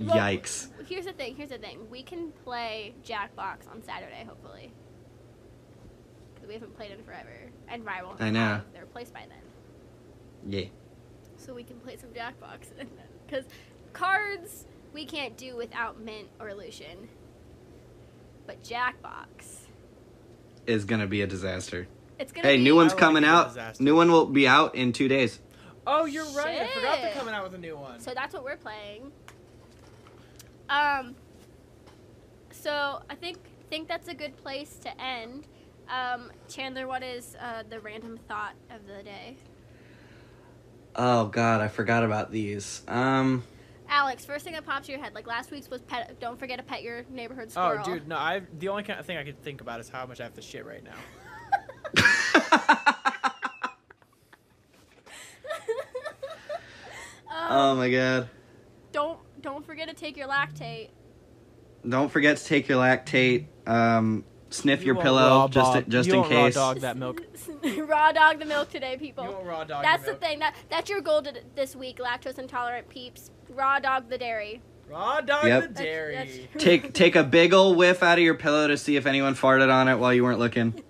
Speaker 1: Well,
Speaker 2: Yikes.
Speaker 1: Here's the thing. Here's the thing. We can play Jackbox on Saturday, hopefully. 'Cause we haven't played in forever, and Rival.
Speaker 2: I know.
Speaker 1: have Their place by then,
Speaker 2: Yeah.
Speaker 1: so we can play some Jackbox. Because cards we can't do without Mint or Lucian, but Jackbox,
Speaker 2: Is gonna be a disaster.
Speaker 1: it's gonna.
Speaker 2: Hey,
Speaker 1: be
Speaker 2: new one's
Speaker 3: I like
Speaker 2: coming
Speaker 3: the
Speaker 2: out.
Speaker 3: disaster.
Speaker 2: New one will be out in two days.
Speaker 3: Oh, you're right. I forgot they're
Speaker 1: Shit.
Speaker 3: coming out with a new one.
Speaker 1: So that's what we're playing. Um. So I think think that's a good place to end. Um, Chandler, what is uh, the random thought of the day?
Speaker 2: Oh God, I forgot about these. Um,
Speaker 1: Alex, first thing that pops to your head, like last week's was pet. Don't forget to pet your neighborhood
Speaker 3: Oh,
Speaker 1: squirrel.
Speaker 3: dude, no! I the only kind of thing I could think about is how much I have to shit right now.
Speaker 1: um,
Speaker 2: oh my God.
Speaker 1: don't don't forget to take your lactate.
Speaker 2: Don't forget to take your lactate. Um, sniff your
Speaker 3: want
Speaker 2: pillow
Speaker 3: raw
Speaker 2: just
Speaker 3: dog-
Speaker 2: just
Speaker 3: you
Speaker 2: in
Speaker 3: want raw
Speaker 2: case.
Speaker 3: dog that milk.
Speaker 1: Raw dog the milk today,
Speaker 3: You
Speaker 1: people.
Speaker 3: want raw dog?
Speaker 1: That's the
Speaker 3: milk.
Speaker 1: thing. That that's your goal to, this week, lactose intolerant peeps. Raw dog the dairy.
Speaker 3: Raw dog
Speaker 2: Yep.
Speaker 3: the
Speaker 1: That's-
Speaker 3: dairy.
Speaker 1: that's-
Speaker 2: Take take a big old whiff out of your pillow to see if anyone farted on it while you weren't looking.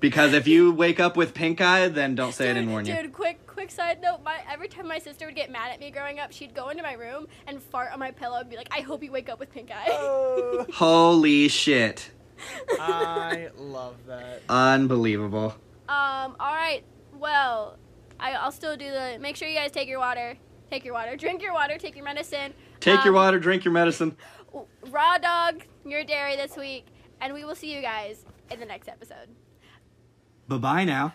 Speaker 2: Because if you wake up with pink eye, then don't say I
Speaker 1: dude,
Speaker 2: didn't warn you.
Speaker 1: Dude, quick, quick quick side note, my every time my sister would get mad at me growing up, she'd go into my room and fart on my pillow and be like, "I hope you wake up with pink eye."
Speaker 3: Oh.
Speaker 2: Holy shit.
Speaker 3: I love that.
Speaker 2: Unbelievable.
Speaker 1: Um. All right. Well, I, I'll still do the. Make sure you guys take your water. Take your water. Drink your water. Take your medicine.
Speaker 2: Take your
Speaker 1: Um,
Speaker 2: water, drink your medicine.
Speaker 1: Raw dog your dairy this week, and we will see you guys in the next episode.
Speaker 2: Bye bye now.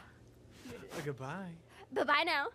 Speaker 3: Goodbye.
Speaker 1: Bye bye now.